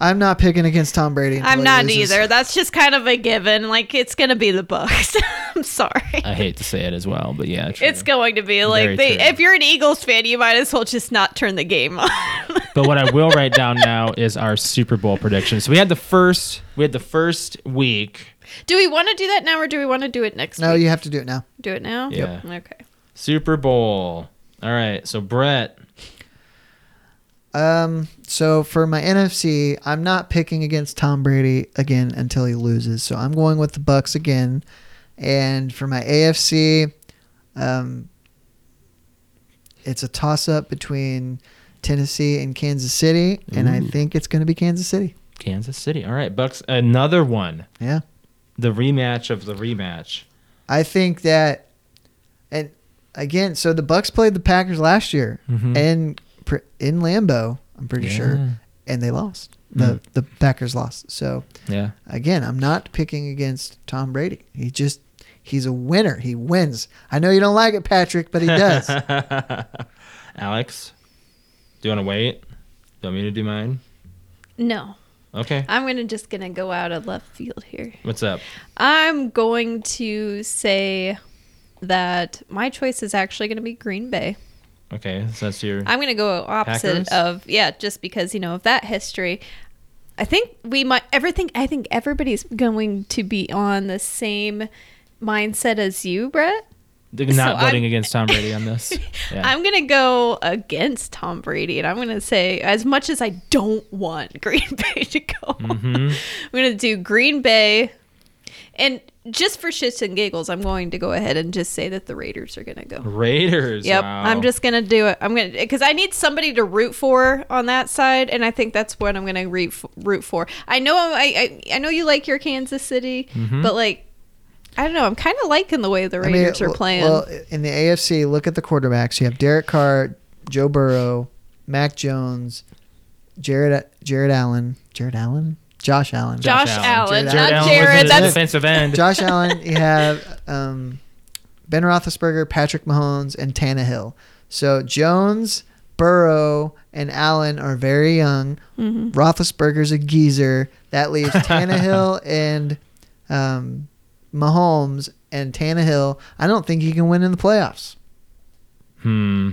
S1: I'm not picking against Tom Brady. until
S3: I'm
S1: he
S3: not
S1: loses.
S3: either. That's just kind of a given. Like it's gonna be the Bucks. (laughs) I'm sorry.
S2: I hate to say it as well, but yeah, true.
S3: It's going to be like
S2: Very
S3: they,
S2: true.
S3: if you're an Eagles fan, you might as well just not turn the game on. (laughs)
S2: but what I will write down now is our Super Bowl predictions. So we had the first. We had the first week.
S3: do we want to do that now, or do we want to do it next?
S1: No,
S3: week?
S1: you have to do it now.
S3: do it now.
S2: Yep.
S3: Okay.
S2: Super Bowl. All right. So Brett.
S1: Um, so for my NFC, I'm not picking against Tom Brady again until he loses. So I'm going with the Bucks again. And for my AFC, um, it's a toss-up between Tennessee and Kansas City, and I think it's going to be Kansas City.
S2: Kansas City. All right, Bucks. Another one.
S1: Yeah,
S2: The rematch of the rematch.
S1: I think that, and again, so the Bucks played the Packers last year
S2: Mhm.
S1: and pr in Lambeau, I'm pretty
S2: Yeah.
S1: sure, and they lost. The the Packers lost. So.
S2: Yeah.
S1: again, I'm not picking against Tom Brady. He just he's a winner. He wins. I know you don't like it, Patrick, but he (laughs) does.
S2: (laughs) Alex, do you want to wait? Do you want me to do mine?
S3: No,
S2: Okay.
S3: I'm gonna just gonna go out of left field here.
S2: What's up?
S3: I'm going to say that my choice is actually gonna be Green Bay.
S2: Okay, so that's your.
S3: I'm gonna go
S2: Packers?
S3: opposite of yeah, just because you know of that history. I think we might everything. I think everybody's going to be on the same mindset as you, Brett.
S2: They're not
S3: so
S2: voting
S3: I'm-
S2: against Tom Brady on
S3: (laughs)
S2: this. Yeah.
S3: I'm gonna go against Tom Brady, and I'm gonna say as much as I don't want (laughs) Green Bay to go,
S2: Mm-hmm.
S3: I'm gonna do Green Bay, and just for shits and giggles, I'm going to go ahead and just say that the Raiders are gonna go.
S2: Raiders.
S3: Yep,
S2: wow.
S3: I'm just gonna do it. I'm gonna because I need somebody to root for on that side, and I think that's what I'm gonna root f- root for. I know I, I I know you like your Kansas City,
S2: Mm-hmm.
S3: but like I don't know, I'm kind of liking the way the
S1: I mean,
S3: Raiders are
S1: w-
S3: playing.
S1: Well, in the AFC, look at the quarterbacks. You have Derek Carr, Joe Burrow, Mac Jones, Jared Jared Allen, Jared Allen, Josh Allen,
S3: Josh,
S2: Josh
S3: Allen,
S1: Allen.
S3: not
S1: Jared
S3: Jared.
S1: Allen
S2: was in the
S3: That's
S2: defensive end.
S3: (laughs)
S1: Josh Allen. You have um, Ben Roethlisberger, Patrick Mahomes, and Tannehill. So Jones, Burrow, and Allen are very young. Roethlisberger's a geezer. That
S3: (laughs)
S1: leaves Tannehill and um, Mahomes and Tannehill. I don't think he can win in the playoffs.
S2: Hmm.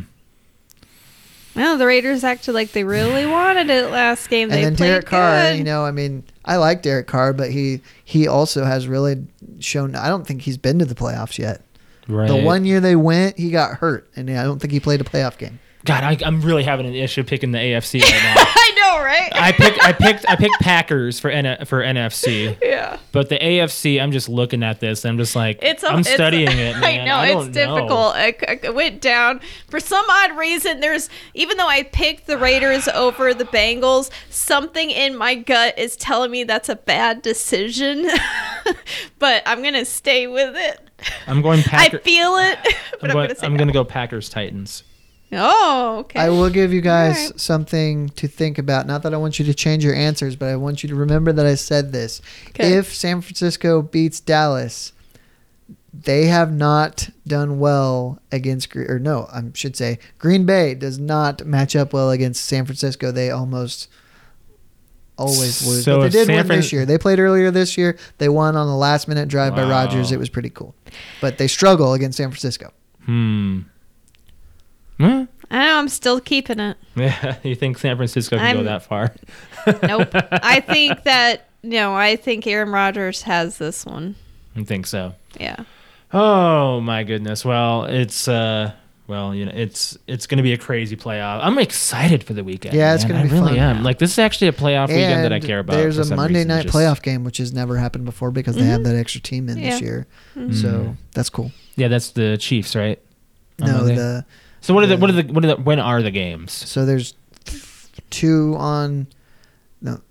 S3: well, the Raiders acted like they really wanted it last game. they
S1: and then
S3: played
S1: Derek Carr,
S3: good.
S1: you know, I mean, I like Derek Carr, but he he also has really shown. I don't think he's been to the playoffs yet.
S2: Right.
S1: The one year they went, he got hurt, and I don't think he played a playoff game.
S2: God, I, I'm really having an issue picking the AFC right now.
S3: (laughs) I know, right?
S2: I picked. I picked. I picked Packers for N- for NFC.
S3: (laughs) yeah.
S2: But the AFC, I'm just looking at this. I'm just like,
S3: It's a,
S2: I'm
S3: it's-
S2: studying
S3: (laughs)
S2: it. Man.
S3: I know
S2: don't
S3: it's difficult. I, I- I went down for some odd reason. There's even though I picked the Raiders over the Bengals, something in my gut is telling me that's a bad decision. (laughs) but I'm gonna stay with it.
S2: I'm going
S3: I
S2: Packers.
S3: feel it. (laughs)
S2: I'm,
S3: but I'm,
S2: going,
S3: gonna say
S2: I'm
S3: no.
S2: gonna go Packers Titans.
S3: Oh, okay.
S1: I will give you guys
S3: Alright.
S1: something to think about. Not that I want you to change your answers, but I want you to remember that I said this.
S3: 'Kay.
S1: If San Francisco beats Dallas, they have not done well against, Gre- or no, I should say, Green Bay does not match up well against San Francisco. They almost always lose.
S2: So
S1: but they
S2: if
S1: did
S2: San
S1: win
S2: Fran-
S1: this year. They played earlier this year. They won on the last minute drive by
S2: Wow.
S1: Rodgers. It was pretty cool. But they struggle against San Francisco.
S2: Hmm. (laughs) Huh?
S3: I know I'm still keeping it.
S2: Yeah, you think San Francisco can go
S3: I'm-
S2: that far?
S3: Nope. I think that no. I think Aaron Rodgers has this one.
S2: I think so.
S3: Yeah.
S2: Oh my goodness. Well, it's uh Well, you know, it's it's going to be a crazy playoff. I'm excited for the weekend.
S1: Yeah, it's
S2: man.
S1: gonna be
S2: I really
S1: fun.
S2: am. Like this is actually a playoff weekend that I
S1: And
S2: care about.
S1: There's
S2: for
S1: a
S2: some
S1: Monday
S2: reason.
S1: night
S2: Just- Mm-hmm.
S1: playoff game, which has never happened before because they have that extra team in this
S3: Yeah.
S1: year. So that's cool.
S2: Yeah, that's the Chiefs, right? On
S1: No,
S2: Monday?
S1: the
S2: So what are the
S1: the-
S2: what are the what are the when are the games?
S1: so there's two on no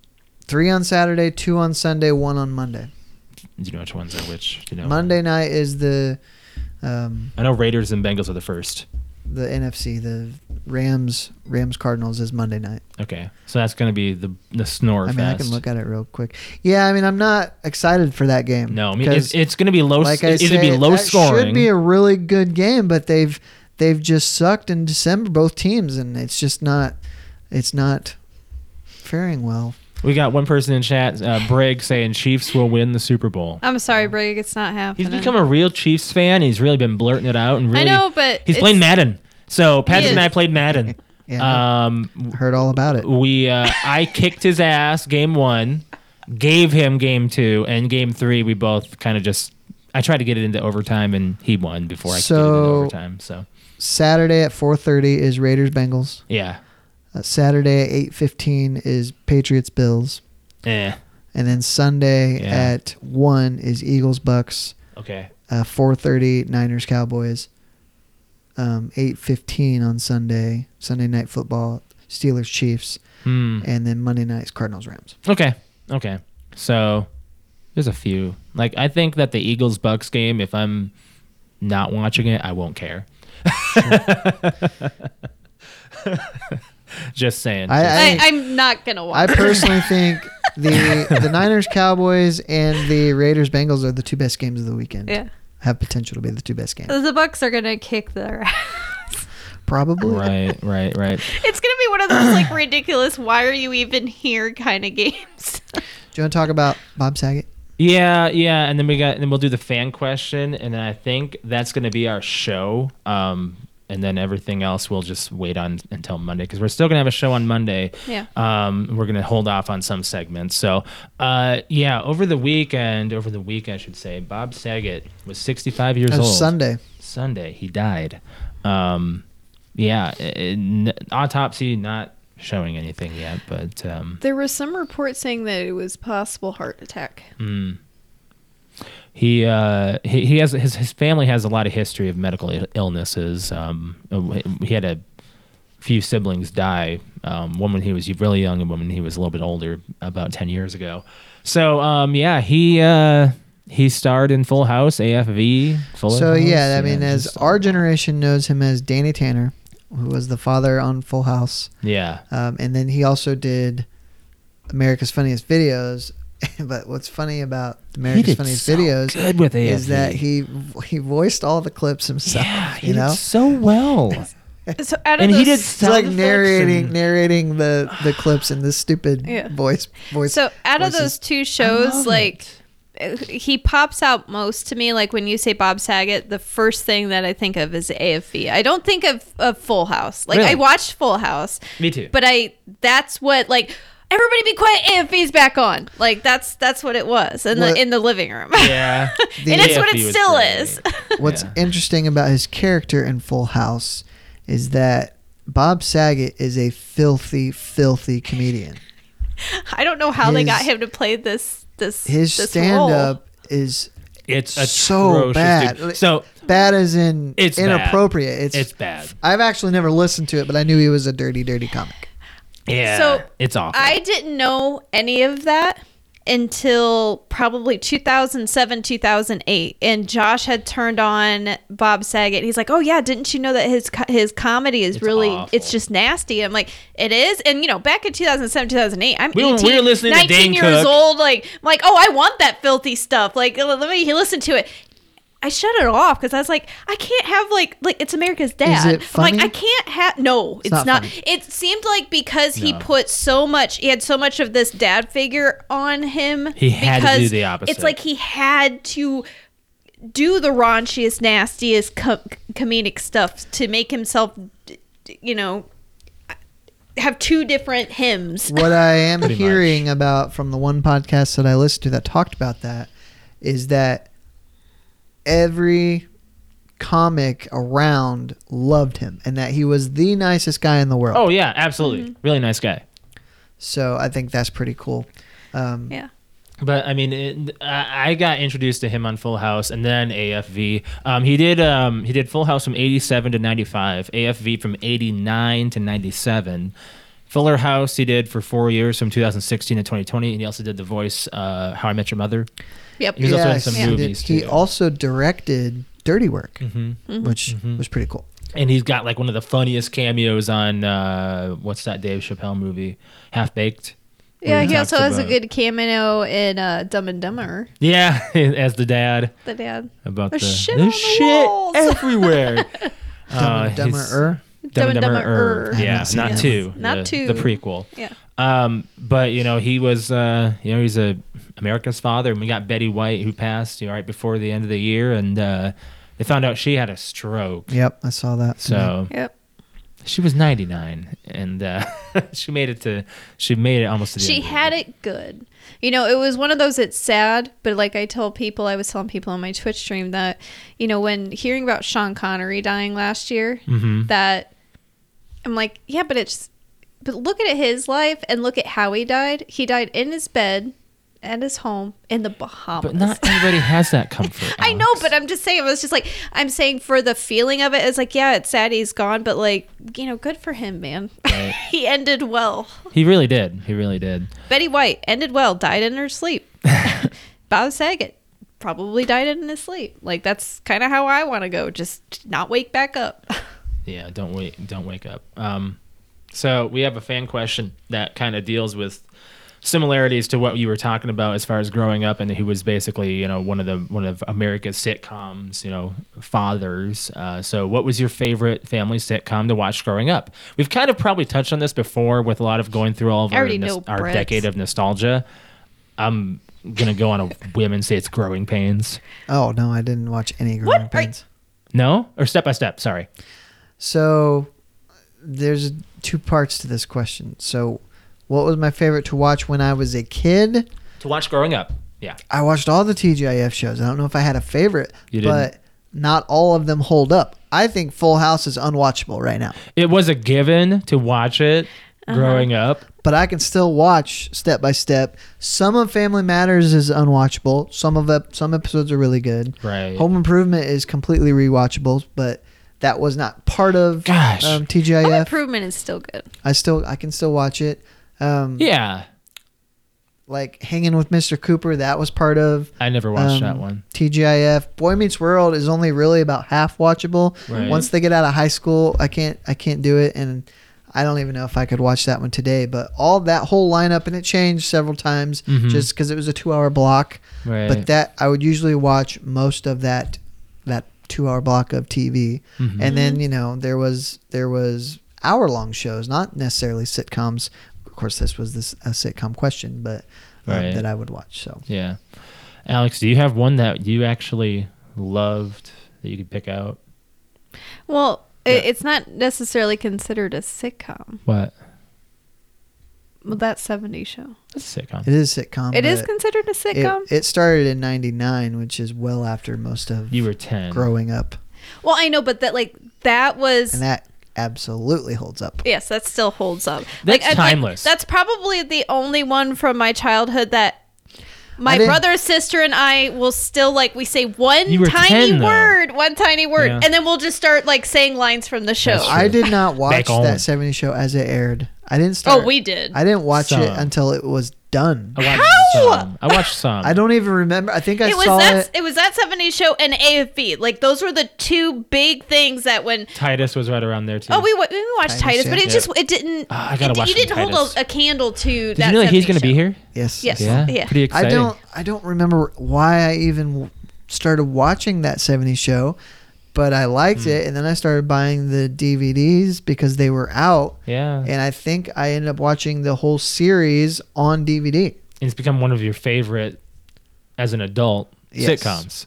S1: three on Saturday, two on Sunday, one on Monday.
S2: Do you know which ones are which? Do you know
S1: Monday night is the um,
S2: I know Raiders and Bengals are the first.
S1: the NFC, the Rams Rams Cardinals is Monday night.
S2: Okay, so that's going to be the the snore
S1: I mean, I
S2: fest.
S1: can look at it real quick. Yeah, I mean, I'm not excited for that game.
S2: no, I mean
S1: 'cause
S2: it's, it's going to be low.
S1: like I
S2: it's
S1: say,
S2: going to be low
S1: that
S2: scoring.
S1: Should be a really good game, but they've they've just sucked in December, both teams, and it's just not it's not faring well.
S2: we got one person in chat, uh, Brig, saying Chiefs will win the Super Bowl.
S3: I'm sorry, Brig. It's not happening.
S2: He's become a real Chiefs fan. He's really been blurting it out and really.
S3: I know, but
S2: He's
S3: it's-
S2: playing Madden. So Patrick
S3: is.
S2: and I played Madden.
S1: (laughs) Yeah,
S2: Um,
S1: heard all about it.
S2: we uh, I kicked his ass game one, gave him game two, and game three we both kind of just. I tried to get it into overtime and he won before I could get it into
S1: So-
S2: overtime. So
S1: Saturday at 4:30 is Raiders Bengals.
S2: yeah,
S1: Uh, Saturday at 8:15 is Patriots Bills,
S2: eh,
S1: and then Sunday
S2: Yeah.
S1: at one is Eagles Bucks.
S2: okay.
S1: Uh, 4:30 Niners Cowboys. Um, 8:15 on Sunday Sunday night football Steelers Chiefs.
S2: Hmm.
S1: and then Monday night's Cardinals Rams.
S2: Okay. Okay. So there's a few. Like I think that the Eagles Bucks game, if I'm not watching it, I won't care. (laughs) Just saying.
S1: I-
S3: I, I'm not gonna
S1: I
S2: (laughs)
S3: watch.
S1: personally think
S3: (laughs)
S1: the the Niners Cowboys and the Raiders Bengals are the two best games of the weekend.
S3: yeah, Uh,
S1: Have potential to be the two best games.
S3: the Bucks are gonna kick their ass.
S1: Probably.
S2: right, right, right.
S3: It's gonna be one of those like ridiculous. Why are you even here? Kind of games. (laughs)
S1: Do you want to talk about Bob Saget?
S2: Yeah, yeah, and then we got and then we'll do the fan question and then I think that's going to be our show. Um and then everything else we'll just wait on until Monday cuz we're still going to have a show on Monday.
S3: Yeah.
S2: Um we're going to hold off on some segments. So, uh yeah, over the weekend, over the week I should say, Bob Saget was 65 years
S1: It
S2: old.
S1: was Sunday.
S2: Sunday he died. Um yeah, eh, n- autopsy not showing anything yet, but um
S3: There was some report saying that it was possible heart attack.
S2: Mm. He uh he, he has his his family has a lot of history of medical i- illnesses. Um, uh, he had a few siblings die. Um, one when he was really young, and one when he was a little bit older, about ten years ago. So um, yeah, he uh he starred in Full House, AFV. Full
S1: So
S2: House,
S1: yeah, I mean, as
S2: just-
S1: our generation knows him as Danny Tanner, who was the father on Full House,
S2: yeah,
S1: um, and then he also did America's Funniest Videos. (laughs) but what's funny about America's
S2: did
S1: Funniest
S2: so
S1: Videos
S2: good with
S1: is that
S2: AFV.
S1: he he voiced all the clips himself.
S2: yeah, he
S1: you
S2: did
S1: know,
S2: so well.
S3: So out of
S2: And
S3: those,
S2: he did
S1: It's
S2: sound
S1: like
S2: effects
S1: narrating
S2: and-
S1: narrating the the clips in this stupid
S3: (sighs) Yeah.
S1: voice voice.
S3: so out of
S1: voices.
S3: those two
S2: I love
S3: shows, like uh, he pops out most to me. Like when you say Bob Saget, the first thing that I think of is AFV. I don't think of, of Full House. Like
S2: Really?
S3: I watched Full House,
S2: Me too.
S3: but I that's what like everybody be quiet. AFV's back on. Like that's that's what it was in
S1: What-
S3: the in the living room.
S2: yeah,
S3: (laughs) and it's what
S2: AFV
S3: it
S2: was
S3: still
S2: great.
S3: is. (laughs)
S1: What's
S2: yeah.
S1: interesting about his character in Full House is that Bob Saget is a filthy, filthy comedian.
S3: I don't know how they got
S1: His-
S3: him to play this this
S1: His
S3: this
S1: stand
S3: role.
S1: up is
S2: It's
S1: so
S2: atrocious,
S1: bad.
S2: dude. So
S1: bad as in
S2: It's bad.
S1: inappropriate. It's,
S2: it's bad.
S1: I've actually never listened to it, but I knew he was a dirty, dirty comic.
S2: Yeah,
S3: So,
S2: it's awful.
S3: I didn't know any of that until probably 2007 2008 and Josh had turned on Bob Saget. He's like, "Oh yeah, didn't you know that his co- his comedy is
S2: It's
S3: really
S2: awful.
S3: it's just nasty." I'm like, "It is." And you know, back in 2007 2008, I'm
S2: We were-
S3: 18
S2: we were listening to
S3: 19
S2: Dane
S3: years
S2: Cook.
S3: old like I'm like, "Oh, I want that filthy stuff." Like let me he listened to it. I shut it off because I was like, I can't have like like it's America's dad.
S1: it
S3: I'm
S1: funny?
S3: like, I can't have no, it's,
S1: not
S3: not.
S1: funny.
S3: It seemed like because he
S2: No.
S3: put so much, he had so much of this dad figure on him.
S2: He had to do
S3: because
S2: the opposite.
S3: It's like he had to do the raunchiest, nastiest co- comedic stuff to make himself, d- d- you know, have two different hymns.
S2: (laughs)
S1: what I am
S2: Pretty
S1: hearing about from the one podcast that I listened to that talked about that is that every comic around loved him and that he was the nicest guy in the world.
S2: Oh yeah, absolutely.
S3: Mm-hmm.
S2: Really nice guy.
S1: So I think that's pretty cool. Um,
S3: Yeah.
S2: But I mean, it, I I got introduced to him on Full House and then AFV. Um, he did um, he did Full House from '87 to '95, AFV from '89 to '97. Fuller House he did for four years from 2016 to 2020, and he also did the voice uh, How I Met Your Mother.
S3: Yep.
S2: He was also in some
S1: he did-
S2: movies
S1: He
S2: too.
S1: also directed Dirty Work, which
S3: Mm-hmm.
S2: Mhm.
S1: was pretty cool.
S2: and he's got like one of the funniest cameos on uh, what's that Dave Chappelle movie, Half Baked.
S3: Yeah,
S2: We
S3: he
S2: talked
S3: also has a
S2: about-
S3: good cameo in uh, Dumb and Dumber.
S2: Yeah, (laughs) as the dad
S3: The dad.
S2: about the
S3: There's shit
S2: there's
S3: on the
S2: shit
S3: walls. (laughs)
S2: everywhere.
S1: Dumb
S2: Uh,
S1: and
S2: he's-
S1: Dumber. Er?
S2: Dumb and Dumber.
S3: Dumber-er.
S2: er. Yeah,
S1: Yes,
S2: not
S1: yes.
S2: two.
S3: Not
S2: the,
S3: two.
S2: The prequel.
S3: Yeah.
S2: Um, but you know he was, uh, you know, he's a America's father, and we got Betty White who passed you know, right before the end of the year, and uh, they found out she had a stroke.
S1: Yep, I saw that.
S2: So
S3: Yep. Mm-hmm.
S2: she was 99, and uh, (laughs) she made it to she made it almost to the
S3: She
S2: end of the
S3: had it good. You know, it was one of those that's sad, but like I tell people, I was telling people on my Twitch stream that, you know, when hearing about Sean Connery dying last year,
S2: Mm-hmm.
S3: that I'm like, yeah, but it's, but look at his life and look at how he died. He died in his bed at his home in the Bahamas.
S2: But not everybody has that comfort.
S3: (laughs) I know,
S2: Alex.
S3: but I'm just saying. It was just like I'm saying for the feeling of it. It's like, yeah, it's sad he's gone, but like, you know, good for him, man.
S2: Right.
S3: (laughs) he ended well.
S2: he really did. He really did.
S3: Betty White ended well, died in her sleep. Bob Saget probably died in his sleep. Like that's kind of how I want to go. Just not wake back up.
S2: Yeah, don't wait, don't wake up. Um, so we have a fan question that kind of deals with similarities to what you were talking about as far as growing up, and he was basically you know one of the one of America's sitcoms, you know, fathers. Uh, so what was your favorite family sitcom to watch growing up? We've kind of probably touched on this before with a lot of going through all of
S3: I
S2: our,
S3: already
S2: nos-
S3: know
S2: our
S3: Brett's.
S2: decade of nostalgia. I'm gonna go on a (laughs) whim and say it's Growing Pains.
S1: Oh no, I didn't watch any Growing
S3: What? Are-
S1: Pains.
S2: No, or Step by Step. Sorry.
S1: So there's two parts to this question. So what was my favorite to watch when I was a kid?
S2: To watch growing up. Yeah.
S1: I watched all the TGIF shows. I don't know if I had a favorite,
S2: You didn't.
S1: but not all of them hold up. I think Full House is unwatchable right now,
S2: It was a given to watch it
S3: Uh-huh.
S2: growing up.
S1: but I can still watch step by step. Some of Family Matters is unwatchable. Some of ep- some episodes are really good.
S2: Right.
S1: Home Improvement is completely rewatchable, but that was not part of
S2: Gosh.
S1: um,
S3: Home
S1: TGIF.
S3: Improvement is still good.
S1: I still I can still watch it. Um,
S2: Yeah.
S1: like hanging with Mr. Cooper. That was part of
S2: I never watched
S1: um,
S2: that one.
S1: TGIF. Boy Meets World is only really about half watchable.
S2: Right.
S1: Once they get out of high school, I can't I can't do it, and I don't even know if I could watch that one today. But all that whole lineup and it changed several times
S2: Mhm.
S1: just because it was a two hour block.
S2: Right.
S1: But that I would usually watch most of that that two hour block of TV,
S2: Mhm.
S1: and then you know there was there was hour long shows, not necessarily sitcoms. Of course, this was this a sitcom question, but. um,
S2: Right.
S1: that I would watch. So
S2: yeah. Alex, do you have one that you actually loved that you could pick out?
S3: Well, i
S2: Yeah.
S3: it's not necessarily considered a sitcom.
S2: What?
S3: Well, that 70 show.
S2: That's a sitcom.
S1: it is a sitcom.
S3: It is
S1: Um, but-
S3: considered a sitcom.
S1: It, it started in '99, which is well after most of
S2: You were 10.
S1: growing up,
S3: well, I know, but that like that was
S1: and that absolutely holds up.
S3: Yes, that still holds up.
S2: That's
S3: I'd
S2: timeless.
S3: that's probably the only one from my childhood that
S1: I
S3: my
S1: didn't-
S3: brother, sister, and I will still like we say one
S2: You were
S3: tiny
S2: 10 though.
S3: word, one tiny word,
S2: Yeah.
S3: and then we'll just start like saying lines from the show.
S2: That's true.
S1: I did not watch
S2: Back on.
S1: that '70s show as it aired. I didn't start.
S3: oh, we did.
S1: I didn't watch it
S2: Some. Oh,
S1: until it was done.
S2: I watched
S3: How?
S2: some. I
S3: (laughs)
S2: watched some.
S1: I don't even remember. I think I
S3: it was
S1: saw
S3: that.
S1: it.
S3: It was that '70s show and AFB. Like those were the two big things that when.
S2: Titus was right around there too.
S3: Oh, we, wa- we watched Titus,
S1: Titus,
S3: but it
S1: yeah.
S3: just it didn't.
S2: Ah, I gotta
S3: it,
S2: watch
S3: you
S2: some
S3: didn't hold
S2: Titus.
S3: a, a candle to
S2: Did
S3: that.
S2: you know that he's
S3: 70s
S2: going to be
S3: show.
S2: here?
S1: Yes.
S3: Yes.
S2: Yeah.
S3: Yeah.
S2: Pretty
S1: I
S2: exciting.
S1: don't. I don't remember why I even started watching that '70s show, but I liked
S2: Hmm.
S1: it, and then I started buying the DVDs because they were out.
S2: Yeah.
S1: and I think I ended up watching the whole series on DVD.
S2: It's become one of your favorite as an adult
S1: Yes.
S2: sitcoms.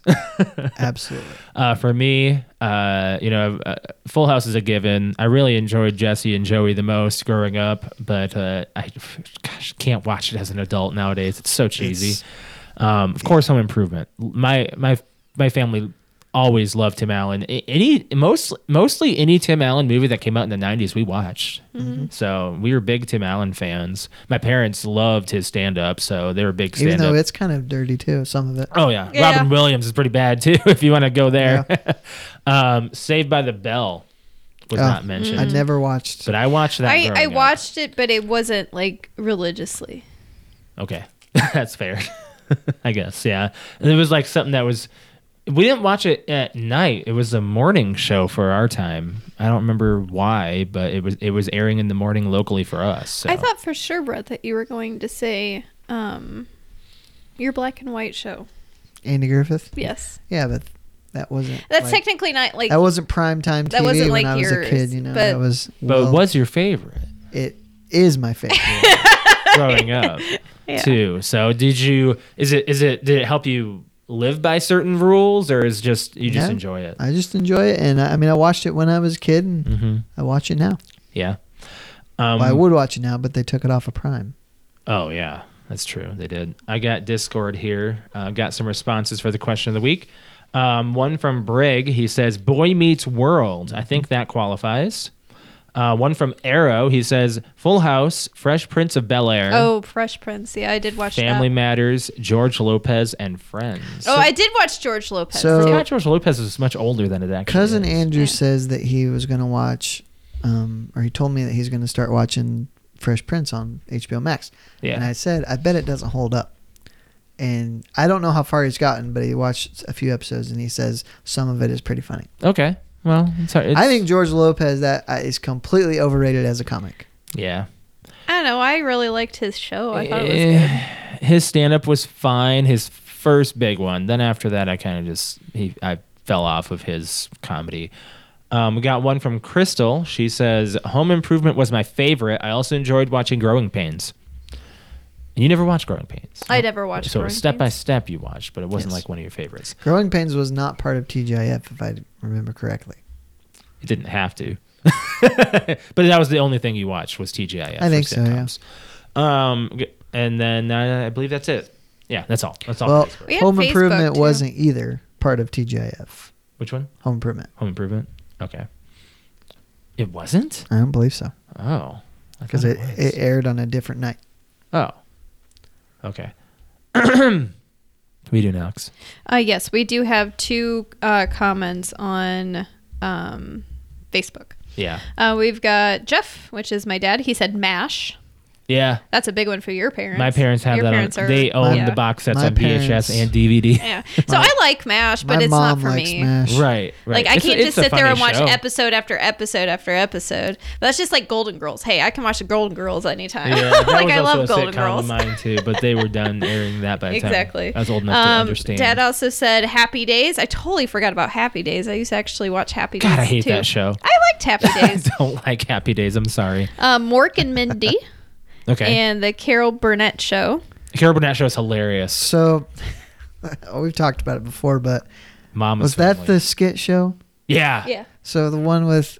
S2: (laughs)
S1: Absolutely.
S2: Uh, for me, uh, you know, uh, Full House is a given. I really enjoyed Jesse and Joey the most growing up, but uh, I, gosh, can't watch it as an adult nowadays. It's so cheesy.
S1: It's-
S2: um, of course, Home Improvement. My my my family always loved Tim Allen. A- Any most mostly any Tim Allen movie that came out in the '90s, we watched. So we were big Tim Allen fans. My parents loved his stand up, so they were big stand
S1: Even
S2: up.
S1: though it's kind of dirty too, some of it.
S2: Oh yeah.
S3: Yeah.
S2: Robin Williams is pretty bad too. (laughs) If you want to go there, (laughs) um, Saved by the Bell was
S1: Oh.
S2: not mentioned,
S1: I never watched.
S2: but I watched that.
S3: I,
S2: growing
S3: I
S2: up.
S3: watched it, but it wasn't like religiously.
S2: Okay, (laughs) that's fair. I guess yeah. And it was like something that was. We didn't watch it at night. It was a morning show for our time. I don't remember why, but it was it was airing in the morning locally for us. So.
S3: I thought for sure, Brett, that you were going to say um, your black and white show.
S1: Andy Griffith.
S3: Yes,
S1: Yeah, but that wasn't.
S3: that's
S1: like,
S3: technically not like
S1: That wasn't prime time TV
S3: That wasn't
S1: when
S3: like
S1: I was
S3: yours,
S1: a kid. You know,
S3: but-
S1: that was.
S2: but
S1: well,
S2: it was your favorite
S1: it is my favorite.
S2: growing up
S3: (laughs) Yeah.
S2: too. So did you? Is it is it did it help you live by certain rules or is just you just
S1: No.
S2: enjoy it?
S1: I just enjoy it, and I, I mean, I watched it when I was a kid, and
S2: Mhm.
S1: I watch it now.
S2: Yeah. Um,
S1: well, I would watch it now, but they took it off of Prime.
S2: Oh yeah, that's true. They did. I got Discord here. Uh, got some responses for the question of the week. Um, one from Brig. He says, "Boy meets World." I think that qualifies. Uh, one from Arrow. He says, "Full House," "Fresh Prince of Bel Air,"
S3: oh Fresh Prince. Yeah, I did watch
S2: "Family
S3: That.
S2: Matters," "George Lopez," and "Friends."
S3: oh, I did watch George Lopez.
S1: So-
S2: I
S3: too.
S2: forgot George Lopez is much older than it actually.
S1: Uh, Cousin
S2: is.
S1: Andrew
S3: Yeah.
S1: says that he was going to watch, um, or he told me that he's going to start watching Fresh Prince on HBO Max. And
S2: Yeah.
S1: I said, I bet it doesn't hold up. And I don't know how far he's gotten, but he watched a few episodes, and he says some of it is pretty funny.
S2: okay. Well, it's, it's,
S1: I think George Lopez that uh, is completely overrated as a comic.
S2: Yeah.
S3: I don't know. I really liked his show. Oh, I thought it was
S2: Eh,
S3: good.
S2: His stand up was fine, his first big one. Then after that I kind of just he I fell off of his comedy. Um, we got one from Crystal. She says, Home Improvement was my favorite. I also enjoyed watching Growing Pains. And you never watched Growing Pains.
S3: I never watched.
S2: So it was
S3: Growing
S2: step by
S3: Pains.
S2: step you watched, but it wasn't
S1: Yes.
S2: like one of your favorites.
S1: Growing Pains was not part of TGIF, if I remember correctly.
S2: It didn't have to. (laughs) but that was the only thing you watched was TGIF.
S1: I
S2: for
S1: think so, yeah.
S2: sitcoms. Um, g- and then uh, I believe that's it. Yeah, that's all. That's all. for
S1: Well,
S2: this one.
S3: We had
S1: Home
S3: Facebook,
S1: Improvement
S3: too.
S1: wasn't either part of TGIF.
S2: Which one?
S1: Home Improvement.
S2: Home Improvement. Okay. It wasn't.
S1: I don't believe so
S2: Oh, I
S1: because
S2: thought
S1: it, it aired on a different night.
S2: was. oh, okay. (clears throat) we do next.
S3: Uh, yes, we do have two uh, comments on um, Facebook.
S2: Yeah.
S3: Uh, we've got Jeff, which is my dad. He said MASH.
S2: Yeah.
S3: That's a big one for your parents.
S2: My parents have
S3: your
S2: that.
S3: Parents
S2: on,
S3: are,
S2: they own
S3: yeah.
S2: the box sets
S1: My
S2: on VHS
S1: parents-
S2: and DVD.
S3: Yeah. So I like MASH, but
S1: My
S3: it's
S1: mom
S3: not for
S1: likes
S3: me.
S2: (laughs)
S1: Smash.
S2: Right. Right.
S3: Like I
S2: It's a-
S3: can't
S2: it's
S3: just
S2: a
S3: sit there
S2: funny
S3: and watch
S2: show.
S3: episode after episode after episode. That's just like Golden Girls. Hey, I can watch the Golden Girls anytime. (laughs)
S2: Yeah, that
S3: like
S2: was
S3: I
S2: also
S3: love
S2: a
S3: Golden
S2: sitcom
S3: Girls.
S2: Of mine too, but they were done airing that by the time
S3: Exactly.
S2: I was old enough to
S3: Um,
S2: understand.
S3: Dad also said Happy Days. I totally forgot about Happy Days. I used to actually watch Happy Days.
S2: God, I hate
S3: too.
S2: that show.
S3: I
S2: (laughs)
S3: liked Happy
S2: I
S3: Days.
S2: don't like Happy Days. I'm sorry.
S3: um, Mork and Mindy
S2: (laughs) Okay.
S3: and the Carol Burnett show.
S2: Carol Burnett show is hilarious.
S1: So (laughs) we've talked about it before, but
S2: Mama's
S1: was that
S2: Family.
S1: the skit show?
S2: Yeah.
S3: Yeah.
S1: So the one with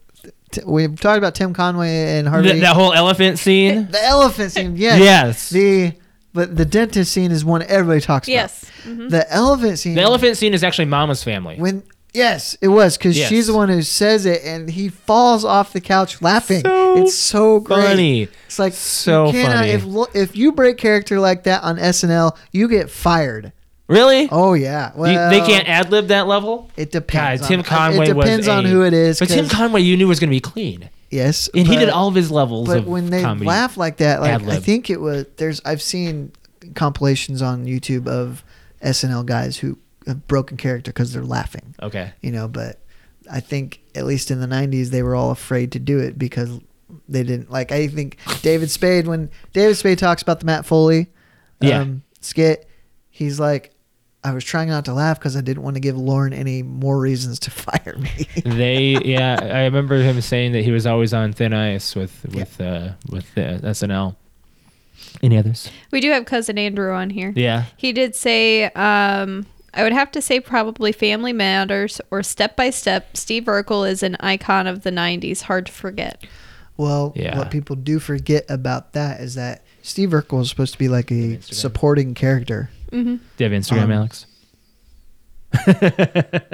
S1: t- we've talked about Tim Conway and Harvey.
S2: Th- that whole elephant scene.
S1: the
S2: (laughs)
S1: elephant scene, (laughs) yes.
S2: Yes.
S1: The but the dentist scene is one everybody talks
S3: Yes. Mm-hmm.
S1: about. The elephant scene.
S2: The elephant scene is actually Mama's Family.
S1: when yes, it was because
S2: Yes.
S1: she's the one who says it, and he falls off the couch laughing.
S2: So
S1: it's so great.
S2: funny.
S1: It's like
S2: So
S1: you cannot-
S2: funny.
S1: If lo- if you break character like that on SNL, you get fired.
S2: Really?
S1: Oh yeah.
S2: You-
S1: Well,
S2: they can't ad lib that level.
S1: It
S2: God,
S1: depends.
S2: Tim
S1: on,
S2: Conway
S1: It
S2: was
S1: depends on
S2: a-
S1: who it is.
S2: But Tim
S1: 'cause-
S2: Conway, you knew was going to be clean,
S1: yes,
S2: and he did
S1: but-
S2: all of his levels
S1: But
S2: of
S1: when they
S2: comedy.
S1: laugh like that, like I
S2: Ad-lib.
S1: think it was there's I've seen compilations on YouTube of SNL guys who have broken character because they're laughing.
S2: Okay.
S1: you know but i think at least in the 90s they were all afraid to do it because they didn't like i think david spade when david spade talks about the matt foley um,
S2: Yeah.
S1: skit he's like i was trying not to laugh because i didn't want to give lauren any more reasons to (laughs) fire me
S2: they yeah i remember him saying that he was always on thin ice with with uh with uh, snl any others
S3: We do have cousin Andrew on here.
S2: yeah
S3: He did say, um, I would have to say probably Family Matters or Step by Step. Steve Urkel is an icon of the 90s. Hard to forget.
S1: well
S2: Yeah.
S1: what people do forget about that is that steve urkel is supposed to be like a
S2: Instagram.
S3: Mm-hmm.
S1: supporting character
S2: do you have instagram
S1: Um,
S2: alex (laughs)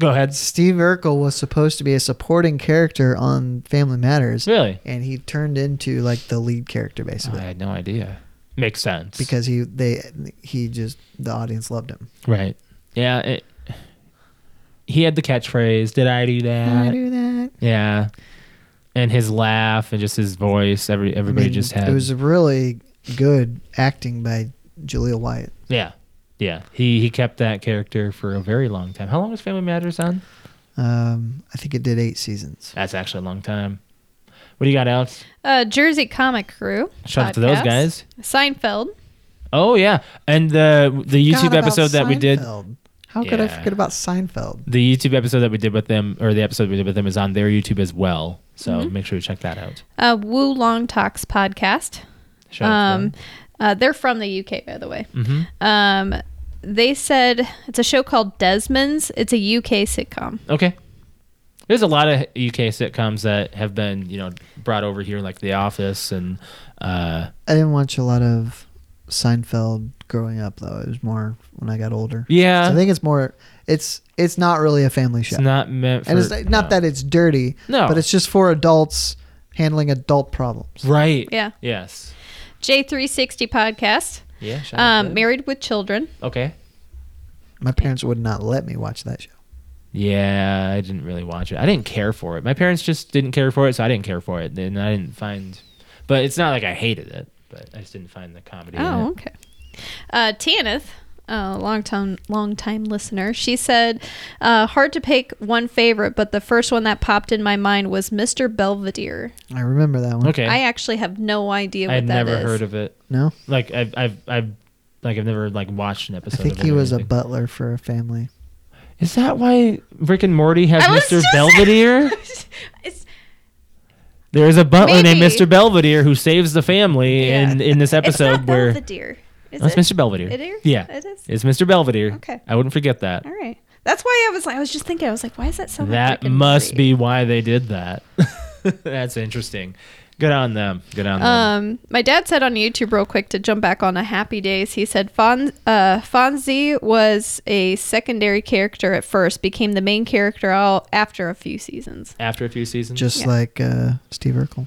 S2: Go ahead.
S1: Steve Urkel was supposed to be a supporting character on Family Matters,
S2: Really?
S1: and he turned into like the lead character
S2: Oh, I
S1: basically
S2: had no idea. Makes sense.
S1: because he they he just the audience loved him.
S2: right. Yeah. It, he had the catchphrase, "Did I do that?"
S1: I do that.
S2: Yeah. And his laugh and just his voice, every
S1: I
S2: everybody
S1: mean,
S2: just had.
S1: It was really good acting by Jaleel White.
S2: yeah, yeah. He he kept that character for a very long time. How long was Family Matters on?
S1: Um, I think it did eight seasons.
S2: That's actually a long time. What do you got, Alex?
S3: Uh, Jersey Comic Crew.
S2: Shout out to those
S3: podcast.
S2: guys.
S3: Seinfeld.
S2: Oh yeah, and the the YouTube
S1: God, about
S2: episode that we did,
S1: Seinfeld. How could I
S2: Yeah.
S1: forget about Seinfeld?
S2: the YouTube episode that we did with them, or the episode we did with them, is on their YouTube as well. So
S1: Mm-hmm.
S2: make sure you check that out.
S3: Uh, Woo Long Talks podcast.
S2: Shout out
S3: Um, uh, they're from the UK, by the way.
S2: to them. Mhm.
S3: Um, they said it's a show called Desmond's. It's a UK sitcom.
S2: Okay. There's a lot of UK sitcoms that have been, you know, brought over here, like The Office, and uh,
S1: I didn't watch a lot of Seinfeld growing up though. It was more when I got older.
S2: yeah,
S1: So I think it's more. It's it's not really a family show,
S2: it's not meant for.
S1: and it's not
S2: no.
S1: that it's dirty,
S2: No.
S1: but it's just for adults handling adult problems.
S2: right.
S3: Yeah.
S2: Yes.
S3: J360 podcast.
S2: Yeah. shout out to
S3: Um,
S2: them.
S3: Married with Children.
S2: okay.
S1: My parents would not let me watch that show.
S2: Yeah, I didn't really watch it. I didn't care for it. My parents just didn't care for it, so I didn't care for it, and I didn't find. But it's not like I hated it. But I just didn't find the comedy. in
S3: Oh,
S2: it.
S3: okay. Uh, Tanith, a long time, long time listener, she said, uh, "Hard to pick one favorite, but the first one that popped in my mind was Mr. Belvedere.
S1: I remember that one.
S2: Okay.
S3: I actually have no idea
S2: I
S3: what
S2: had
S3: that
S2: never
S3: is.
S2: heard of it.
S1: No,
S2: Like I've, I've, I've, like I've never like watched an
S1: I
S2: episode.
S1: think
S2: of it
S1: he
S2: or
S1: was a
S2: anything.
S1: butler for a family.
S2: Is that why Rick and Morty has
S3: I was
S2: Mr.
S3: just-
S2: Belvedere?
S3: (laughs) It's-
S2: there is a butler named
S3: Maybe.
S2: Mr. Belvedere who saves the family
S3: Yeah.
S2: in, in this episode
S3: it's not
S2: where
S3: Belvedere. Is
S2: Oh, it's
S3: it?
S2: Mr. Belvedere.
S3: It is?
S2: Yeah.
S3: It is?
S2: It's Mr. Belvedere.
S3: Okay.
S2: I wouldn't forget that.
S3: All right. That's why I was like, I was just thinking, I was like, why is that so?
S2: that must be why they did that. (laughs) That's interesting. Good on them. Good on them.
S3: Um, my dad said on YouTube real quick to jump back on a Happy Days. He said Fon- uh, Fonzie was a secondary character at first, became the main character all after a few seasons.
S2: After a few seasons.
S1: Just
S3: Yeah.
S1: like uh, Steve Urkel.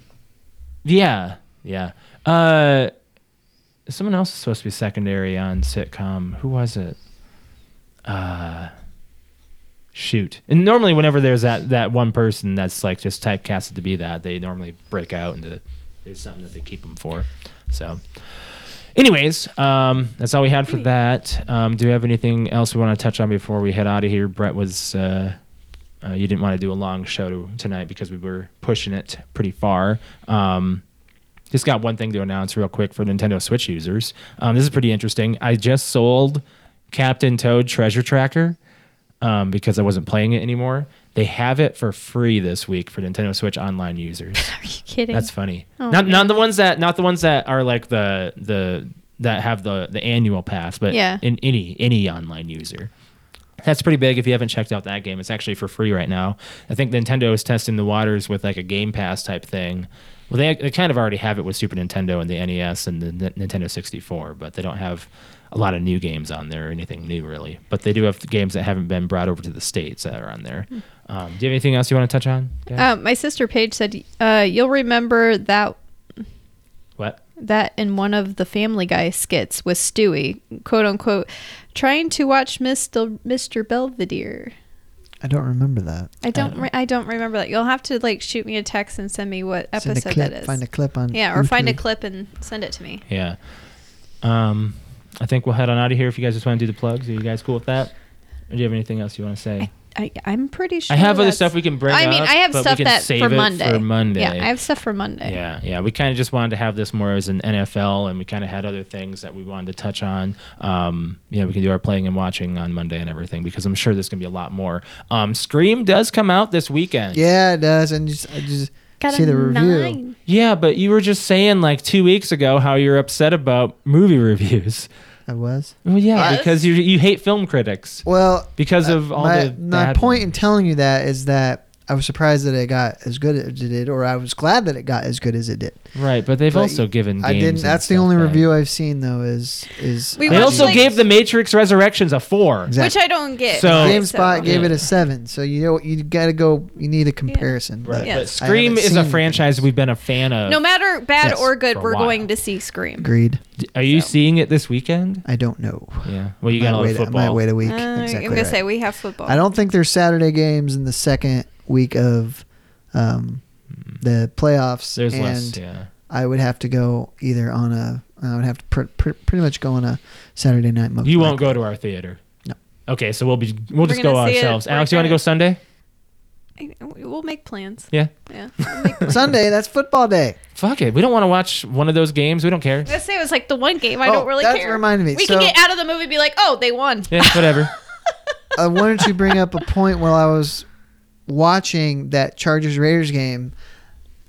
S2: Yeah, yeah. Uh, someone else is supposed to be secondary on sitcom. Who was it? Uh, shoot. And normally, whenever there's that that one person that's like just typecasted to be that, they normally break out into there's something that they keep them for. So. Anyways, um, that's all we had for that. Um, do we have anything else we want to touch on before we head out of here? Brett was, uh, uh, you didn't want to do a long show to, tonight because we were pushing it pretty far. Um, just got one thing to announce real quick for Nintendo Switch users. Um, this is pretty interesting. I just sold Captain Toad Treasure Tracker um, because I wasn't playing it anymore. They have it for free this week for Nintendo Switch online users.
S3: Are you kidding?
S2: That's funny.
S3: Oh,
S2: not
S3: man.
S2: not the ones that not the ones that are like the the that have the the annual pass, but
S3: Yeah.
S2: in any any online user. That's pretty big. If you haven't checked out that game, it's actually for free right now. I think Nintendo is testing the waters with like a Game Pass type thing. Well, they, they kind of already have it with Super Nintendo and the NES and the N- Nintendo 64, but they don't have a lot of new games on there or anything new really. But they do have games that haven't been brought over to the states that are on there. Um, do you have anything else you want to touch on? guys?
S3: Hmm. Uh, my sister Paige said, uh, "You'll remember that
S2: what?
S3: that in one of the Family Guy skits with Stewie, quote unquote, trying to watch Mr. Mr. Belvedere."
S1: I don't remember that.
S3: I don't. Re- I don't remember that. You'll have to like shoot me a text and send me what
S1: Send a
S3: episode
S1: clip-
S3: that is.
S1: Find a clip on
S3: yeah, or find a
S1: YouTube.
S3: clip and send it to me.
S2: Yeah. Um, I think we'll head on out of here. If you guys just want to do the plugs, are you guys cool with that? Or do you have anything else you want to say?
S3: I, I'm pretty sure.
S2: I have other
S3: that's-
S2: stuff we can bring.
S3: I mean,
S2: up,
S3: I have
S2: but we
S3: stuff
S2: can
S3: that
S2: save
S3: for
S2: it
S3: Monday.
S2: For Monday.
S3: Yeah, I have stuff for Monday.
S2: Yeah, yeah. We kind of just wanted to have this more as an NFL, and we kind of had other things that we wanted to touch on. Um, yeah, we can do our playing and watching on Monday and everything because I'm sure there's gonna be a lot more. Um, Scream does come out this weekend.
S1: Yeah, it does. And just, I just see the review.
S2: yeah, but you were just saying like two weeks ago how you're upset about movie (laughs) reviews.
S1: I was.
S2: Well, yeah,
S3: Yes.
S2: because you you hate film critics.
S1: Well,
S2: because of all
S1: Uh, my,
S2: the
S1: my
S2: bad
S1: point in
S2: ones.
S1: telling you that is that I was surprised that it got as good as it did, or I was glad that it got as good as it did.
S2: Right, but they've
S1: But
S2: also given. Games
S1: I didn't.
S2: and
S1: That's the
S2: stuff
S1: only
S2: that-
S1: review I've seen though. Is is
S3: We
S2: They
S3: watched,
S2: also
S3: like-
S2: gave The Matrix Resurrections a four.
S1: Exactly.
S3: Which I don't get.
S2: So-
S1: GameSpot
S3: so-
S1: gave it a seven, so you know you got to go. You need a comparison.
S2: Right,
S3: Yeah.
S2: but
S3: Yes.
S1: I
S2: Scream
S1: haven't
S2: is a
S1: seen
S2: franchise
S1: it.
S2: we've been a fan of.
S3: no matter bad
S1: Yes,
S3: or good,
S2: for a
S3: we're
S2: while.
S3: going to see Scream.
S1: Agreed.
S2: Are you
S3: So.
S2: seeing it this weekend?
S1: I don't know.
S2: Yeah. Well, you got
S1: might
S2: all the
S1: wait, I might
S2: football.
S1: wait a week.
S3: Uh,
S1: exactly.
S3: I'm gonna
S1: right.
S3: say we have football.
S1: I don't think there's Saturday games in the second week of um, the playoffs,
S2: Mm. There's
S1: and
S2: less. Yeah.
S1: I would have to go either on a. I would have to pr- pr- pretty much go on a Saturday night movie.
S2: You won't go to our theater.
S1: No.
S2: Okay, so we'll be we'll
S3: We're
S2: just
S3: gonna
S2: go
S3: see it.
S2: ourselves.
S3: We're
S2: Alex, you want to
S3: gonna-
S2: go Sunday?
S3: I- we'll make plans.
S2: Yeah.
S3: Yeah. We'll (laughs) make-
S1: Sunday. That's football day.
S2: (laughs) Fuck it. We don't want to watch one of those games. We don't care.
S3: I say it was like the one game (laughs) I
S1: Oh,
S3: don't really
S1: that
S3: care.
S1: reminded me.
S3: We
S1: So-
S3: can get out of the movie and be like, oh, they won.
S2: Yeah,
S3: (laughs)
S2: whatever.
S1: uh, why don't you bring up a point while I was watching that Chargers Raiders game?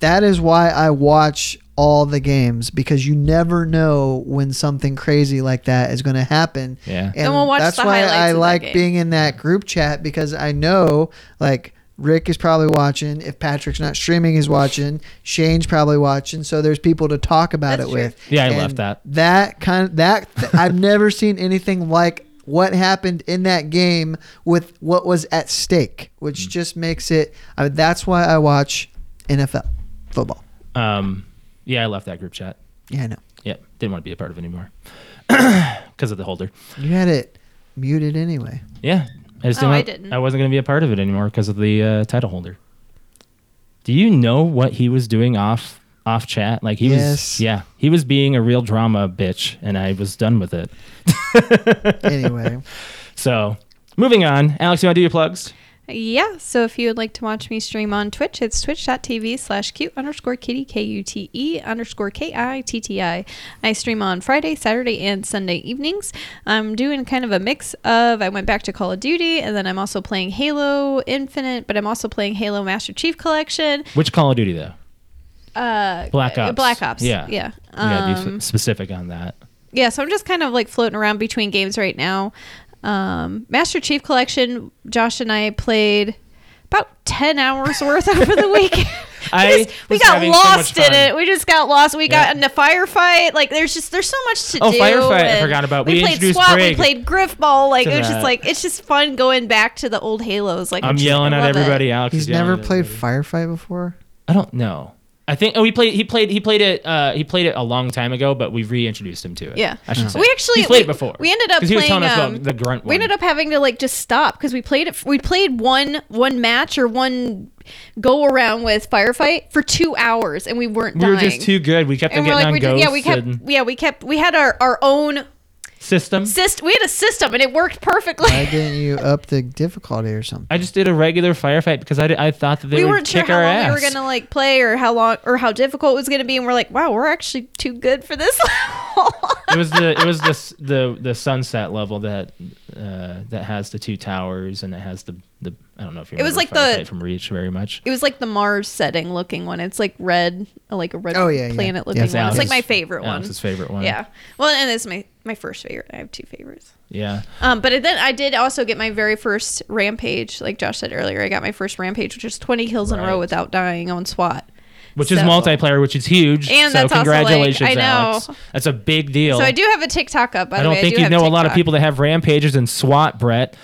S1: That is why I watch all the games because you never know when something crazy like that is going to happen.
S2: Yeah.
S1: And
S3: we'll watch
S1: that's
S3: the
S1: why
S3: highlights
S1: I
S3: of that
S1: like
S3: game.
S1: being in that group chat because I know like Rick is probably watching. If Patrick's not streaming, he's watching. Shane's probably watching. So there's people to talk about
S3: That's
S1: it
S3: true.
S1: with.
S2: Yeah, I
S1: And
S2: left that.
S1: That kind of that I've never seen anything like what happened in that game with what was at stake, which
S2: Mm.
S1: just makes it. I, that's why I watch NFL football.
S2: Um, yeah, I left that group chat.
S1: Yeah, I know.
S2: Yep. Didn't want to be a part of it anymore (clears throat) because of the holder.
S1: You had it muted anyway.
S2: Yeah. I just didn't
S3: Oh, I
S2: want-
S3: didn't.
S2: I wasn't going to be a part of it anymore because of the uh, title holder. Do you know what he was doing off off chat? Like he
S1: Yes.
S2: was yeah, he was being a real drama bitch and I was done with it. (laughs)
S1: Anyway,
S2: So, moving on. Alex, you want to do your plugs?
S3: Yeah. So if you would like to watch me stream on Twitch, it's twitch.tv slash cute underscore kitty K U T E underscore K I T T I. I stream on Friday, Saturday, and Sunday evenings. I'm doing kind of a mix of I went back to Call of Duty and then I'm also playing Halo Infinite, but I'm also playing Halo Master Chief Collection.
S2: Which Call of Duty though?
S3: Uh
S2: Black Ops.
S3: Black Ops.
S2: Yeah.
S3: Yeah.
S2: You gotta
S3: Um,
S2: be f- specific on that.
S3: yeah, so I'm just kind of like floating around between games right now. Um, Master Chief Collection, Josh and I played about 10 hours worth over
S2: (laughs)
S3: the weekend.
S2: I
S3: we, just- we
S2: was
S3: got
S2: having so much
S3: lost in
S2: fun.
S3: it. We just got lost. We
S2: Yeah.
S3: got in a firefight. Like there's just there's so much to
S2: Oh,
S3: do.
S2: firefight, I
S3: and
S2: forgot about.
S3: We,
S2: We
S3: played
S2: introduced
S3: SWAT.
S2: Brig
S3: We played Griff Ball. Like
S2: to
S3: it was
S2: that.
S3: just like it's just fun going back to the old Halos. Like
S2: I'm
S3: it's just-
S2: yelling
S3: I
S2: at
S3: love it.
S2: everybody. Alex,
S1: he's
S2: is yelling
S1: never
S2: at
S1: played
S2: everybody.
S1: firefight before.
S2: I don't know. I think oh he played he played he played it uh he played it a long time ago, but we reintroduced him to it.
S3: Yeah, Uh-huh.
S2: I should say
S3: we actually
S2: He's played
S3: we-
S2: it before.
S3: We ended up
S2: 'Cause
S3: playing
S2: he was telling us about
S3: um,
S2: the grunt.
S3: We
S2: one.
S3: ended up having to like just stop because we played it. We played one one match or one go around with firefight for two hours, and we weren't.
S2: we
S3: dying.
S2: were just too good. We kept on
S3: And we're
S2: getting
S3: like,
S2: on
S3: we just,
S2: ghosts
S3: yeah, we kept,
S2: and
S3: yeah, we kept, we had our our own
S2: system.
S3: system. We had a system, and it worked perfectly.
S1: Why
S3: (laughs)
S1: didn't you up the difficulty or something?
S2: I just did a regular firefight because I, did- I thought that they
S3: we
S2: would
S3: weren't sure
S2: kick
S3: how
S2: our
S3: long
S2: ass.
S3: we were gonna like play or how long or how difficult it was gonna be, and we're like, wow, we're actually too good for this level. (laughs)
S2: it was the it was the s- the the sunset level that uh, that has the two towers and it has the the I don't know if you
S3: It was
S2: remember
S3: like the-
S2: Firefight from Reach very much.
S3: It was like the Mars setting looking one. It's like red, like a red
S1: Oh, yeah, yeah.
S3: planet looking
S2: Yes,
S3: one.
S2: Alex
S3: It's like
S2: is-
S3: my favorite one.
S2: Alex's favorite one.
S3: Yeah. Well, and it's my my first favorite. I have two favorites.
S2: yeah.
S3: Um, but then I did also get my very first rampage, like Josh said earlier. I got my first rampage, which is twenty kills in a
S2: Right.
S3: row without dying on SWAT.
S2: Which is
S3: So-
S2: multiplayer, which is huge.
S3: And
S2: so
S3: that's also, like,
S2: congratulations,
S3: I know.
S2: Alex. That's a big deal.
S3: So I do have a TikTok up. By
S2: I
S3: the
S2: don't
S3: way,
S2: think
S3: I do
S2: you
S3: have
S2: know a lot of
S3: TikTok.
S2: people that have rampages and SWAT, Brett.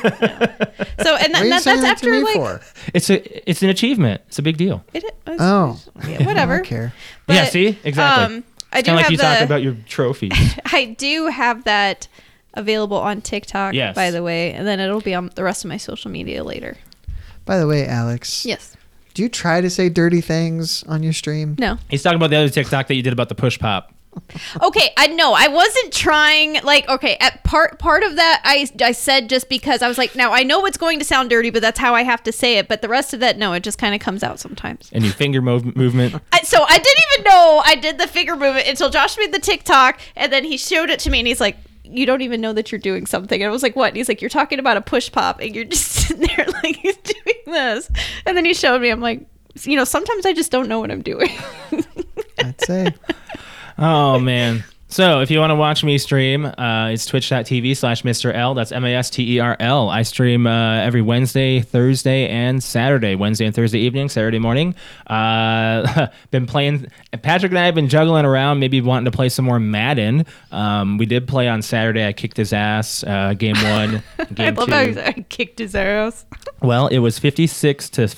S3: So and,
S1: What
S3: that,
S1: are you
S3: that,
S1: sending
S3: that's
S1: that to
S3: after
S1: me
S3: like
S1: for?
S2: It's a it's an achievement. It's a big deal.
S3: it, it was-
S1: Oh.
S3: yeah, whatever.
S1: (laughs) I don't care.
S2: yeah, see? Exactly.
S3: Um, I
S2: it's
S3: do
S2: kind of
S3: have
S2: like you
S3: the.
S2: talk about your trophies.
S3: (laughs) I do have that available on TikTok,
S2: Yes.
S3: by the way, and then it'll be on the rest of my social media later.
S1: By the way, Alex,
S3: Yes.
S1: do you try to say dirty things on your stream?
S3: No.
S2: He's talking about the other TikTok that you did about the push pop.
S3: Okay. I know. I wasn't trying. Like, okay. At part part of that, I I said just because I was like, now I know it's going to sound dirty, but that's how I have to say it. But the rest of that, no, it just kind of comes out sometimes.
S2: and your finger mov- movement.
S3: I, so I didn't even know I did the finger movement until Josh made the TikTok, and then he showed it to me, and he's like. You don't even know that you're doing something. And I was like, what? And he's like, you're talking about a push pop and you're (laughs) just sitting there like he's doing this. And then he showed me, I'm like, you (laughs) know, sometimes I just don't know what I'm doing.
S1: I'd say.
S2: Oh man. So if you want to watch me stream, uh, it's twitch.tv slash Mr. L. That's M A S T E R L. I stream uh, every Wednesday, Thursday, and Saturday. Wednesday and Thursday evening, Saturday morning. Uh, (laughs) been playing, Patrick and I have been juggling around, maybe wanting to play some more Madden. Um, we did play on Saturday. I kicked his ass, uh, game one. game
S3: (laughs) (laughs) I love
S2: two.
S3: how he's- I kicked his arrows.
S2: Well, it was 56 to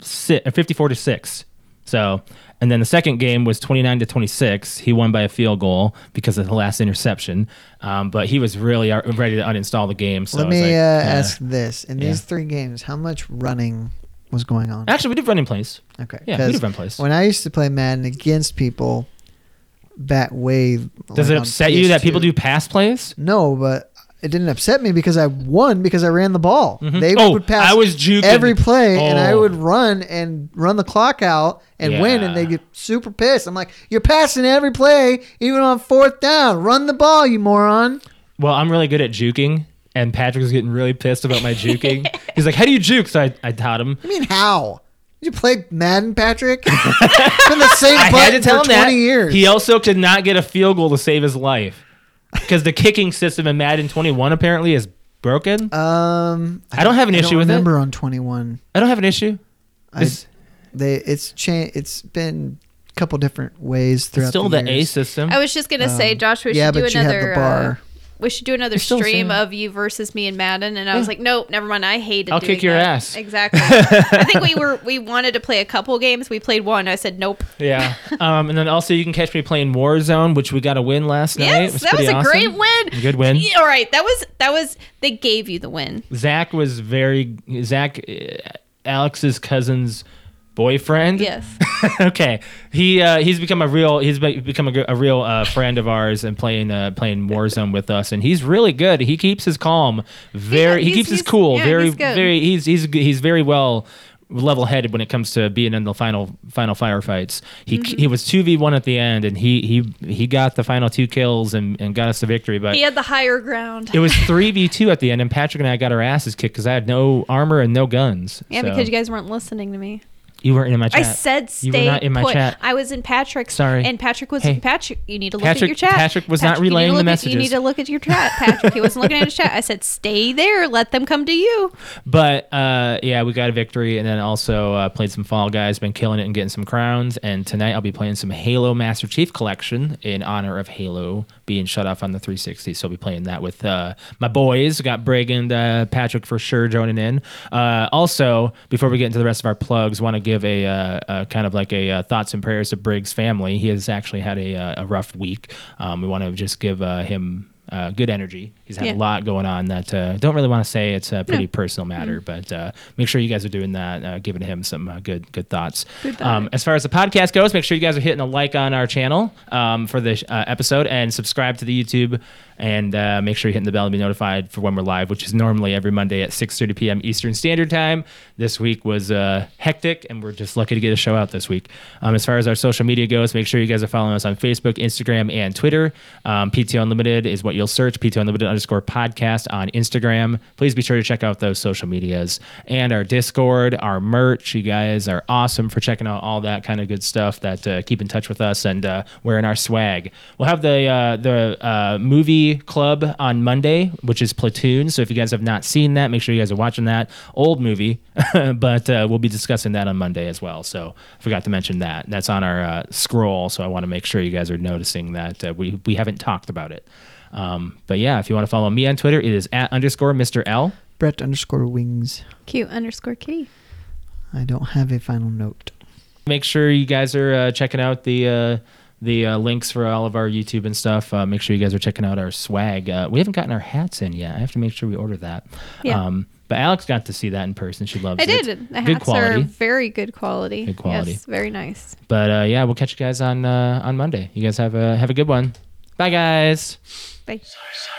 S2: si uh 54 to 6. So, and then the second game was 29 to 26. He won by a field goal because of the last interception. Um, but he was really ar- ready to uninstall the game. So
S1: Let
S2: I was
S1: me
S2: like,
S1: uh,
S2: eh.
S1: ask this: In these
S2: Yeah.
S1: three games, how much running was going on?
S2: Actually, we did running plays.
S3: Uh,
S1: Okay,
S2: Yeah, we
S1: 'cause
S2: did run plays.
S1: when I used to play Madden against people, back way.
S2: Does it upset you that people do pass plays?
S1: No, but it didn't upset me because I won because I ran the ball. They
S2: Oh,
S1: would pass
S2: I was juking.
S1: every play, and I
S2: Oh.
S1: would run and run the clock out and win, and
S2: Yeah.
S1: they get super pissed. I'm like, "You're passing every play, even on fourth down. Run the ball, you moron!"
S2: Well, I'm really good at juking. And Patrick was getting really pissed about my
S1: (laughs)
S2: juking. He's like, "How do you juke?" So I, I taught him.
S1: I mean, how? Did you play Madden, Patrick?
S2: (laughs)
S1: it's been the same
S2: I had
S1: button
S2: to tell
S1: for
S2: him that.
S1: 20 years.
S2: He also could not get a field goal to save his life because the kicking system in Madden 21 apparently is broken.
S1: um,
S2: I don't have an issue with it.
S1: remember on 21.
S2: I don't have an issue.
S1: I-
S2: It's,
S1: They it's cha- it's been a couple different ways
S2: it's
S1: throughout
S2: still
S1: the,
S2: the A
S1: years.
S2: system.
S3: I was just gonna say,
S1: Um,
S3: Josh, we
S1: yeah,
S3: should do
S1: but you have the
S3: another.
S1: bar.
S3: Uh, we should do another
S2: You're still
S3: stream
S2: saying-
S3: of you versus me and Madden, and I was
S2: Yeah.
S3: like, nope, never mind. I hated.
S2: I'll
S3: doing
S2: kick your
S3: that.
S2: ass.
S3: Exactly. I think we were we wanted to play a couple games. We played one. I
S2: (laughs)
S3: said nope. (laughs)
S2: yeah. Um, and then also you can catch me playing Warzone, which we got a win last night. It
S3: Yes, that was
S2: pretty
S3: a
S2: awesome.
S3: great win.
S2: Good win.
S3: Yeah, all right, that was that was they gave you the win.
S2: Zach was very Zach, uh, Alex's cousin's boyfriend.
S3: Yes.
S2: (laughs) okay. He uh, he's become a real he's be- become a, gr- a real uh, friend of ours and playing uh, playing Warzone with us and he's really good. He keeps his calm. Very
S3: Yeah,
S2: he keeps
S3: he's-
S2: his cool.
S3: he's- yeah,
S2: very
S3: he's good.
S2: very he's he's he's very well level-headed when it comes to being in the final final firefights. He
S3: Mm-hmm.
S2: he was 2v1 at the end and he he he got the final two kills and, and got us the victory but
S3: He had the higher ground.
S2: it was 3v2 at the end and Patrick and I got our asses kicked cuz I had no armor and no guns.
S3: yeah,
S2: So,
S3: because you guys weren't listening to me.
S2: you weren't in my chat.
S3: I said stay
S2: You were not in my
S3: put.
S2: chat.
S3: I was in Patrick's.
S2: Sorry.
S3: And Patrick was
S2: Hey.
S3: Patrick. You need to look at
S2: Patrick-
S3: your chat.
S2: Patrick was not
S3: you need to
S2: relaying the
S3: look at-
S2: messages.
S3: you need to look at your chat, Patrick. He wasn't looking at his chat. I said stay there. Let them come to you.
S2: But uh, yeah, we got a victory, and then also uh, played some Fall Guys, been killing it and getting some crowns. And tonight I'll be playing some Halo Master Chief Collection in honor of Halo being shut off on the 360. So I'll be playing that with uh, my boys. We got Brig and uh, Patrick for sure joining in. Uh, also, before we get into the rest of our plugs, want to give a, uh, a kind of like a uh, thoughts and prayers to Brig's family. He has actually had a, uh, a rough week. Um, we want to just give uh, him. Uh, good energy. He's had
S3: Yeah.
S2: a lot going on that uh, don't really want to say. It's a pretty personal matter, but uh, make sure you guys are doing that, uh, giving him some uh, good good thoughts. Um, as far as the podcast goes, make sure you guys are hitting a like on our channel um, for the uh, episode and subscribe to the YouTube, and uh, make sure you're hitting the bell to be notified for when we're live, which is normally every Monday at 6:30 p.m. Eastern Standard Time. This week was uh, hectic, and we're just lucky to get a show out this week. Um, as far as our social media goes, make sure you guys are following us on Facebook, Instagram, and Twitter. Um, PTO Unlimited is what you'll search. PTO Unlimited underscore podcast on Instagram. Please be sure to check out those social medias and our Discord, our merch. You guys are awesome for checking out all that kind of good stuff. That uh, keep in touch with us and uh, wearing our swag. We'll have the uh, the uh, movie club on Monday, which is Platoon. So if you guys have not seen that, make sure you guys are watching that old movie. (laughs) but uh, we'll be discussing that on Monday as well. So forgot to mention that. That's on our uh, scroll. So I want to make sure you guys are noticing that uh, we we haven't talked about it. Um, but yeah, if you want to follow me on Twitter, it is at underscore Mr. L.
S1: Brett underscore wings.
S3: Cute underscore kitty.
S1: I don't have a final note.
S2: Make sure you guys are uh, checking out the uh, the uh, links for all of our YouTube and stuff. Uh, make sure you guys are checking out our swag. Uh, we haven't gotten our hats in yet. I have to make sure we order that.
S3: Yeah.
S2: Um, but Alex got to see that in person. She loves
S3: I
S2: it.
S3: did. The
S2: Good
S3: hats are
S2: quality.
S3: very good quality.
S2: Good quality.
S3: Yes, very nice.
S2: But uh, yeah, we'll catch you guys on uh, on Monday. You guys have a have a good one. Bye, guys.
S3: Bye.
S4: Sorry, sorry.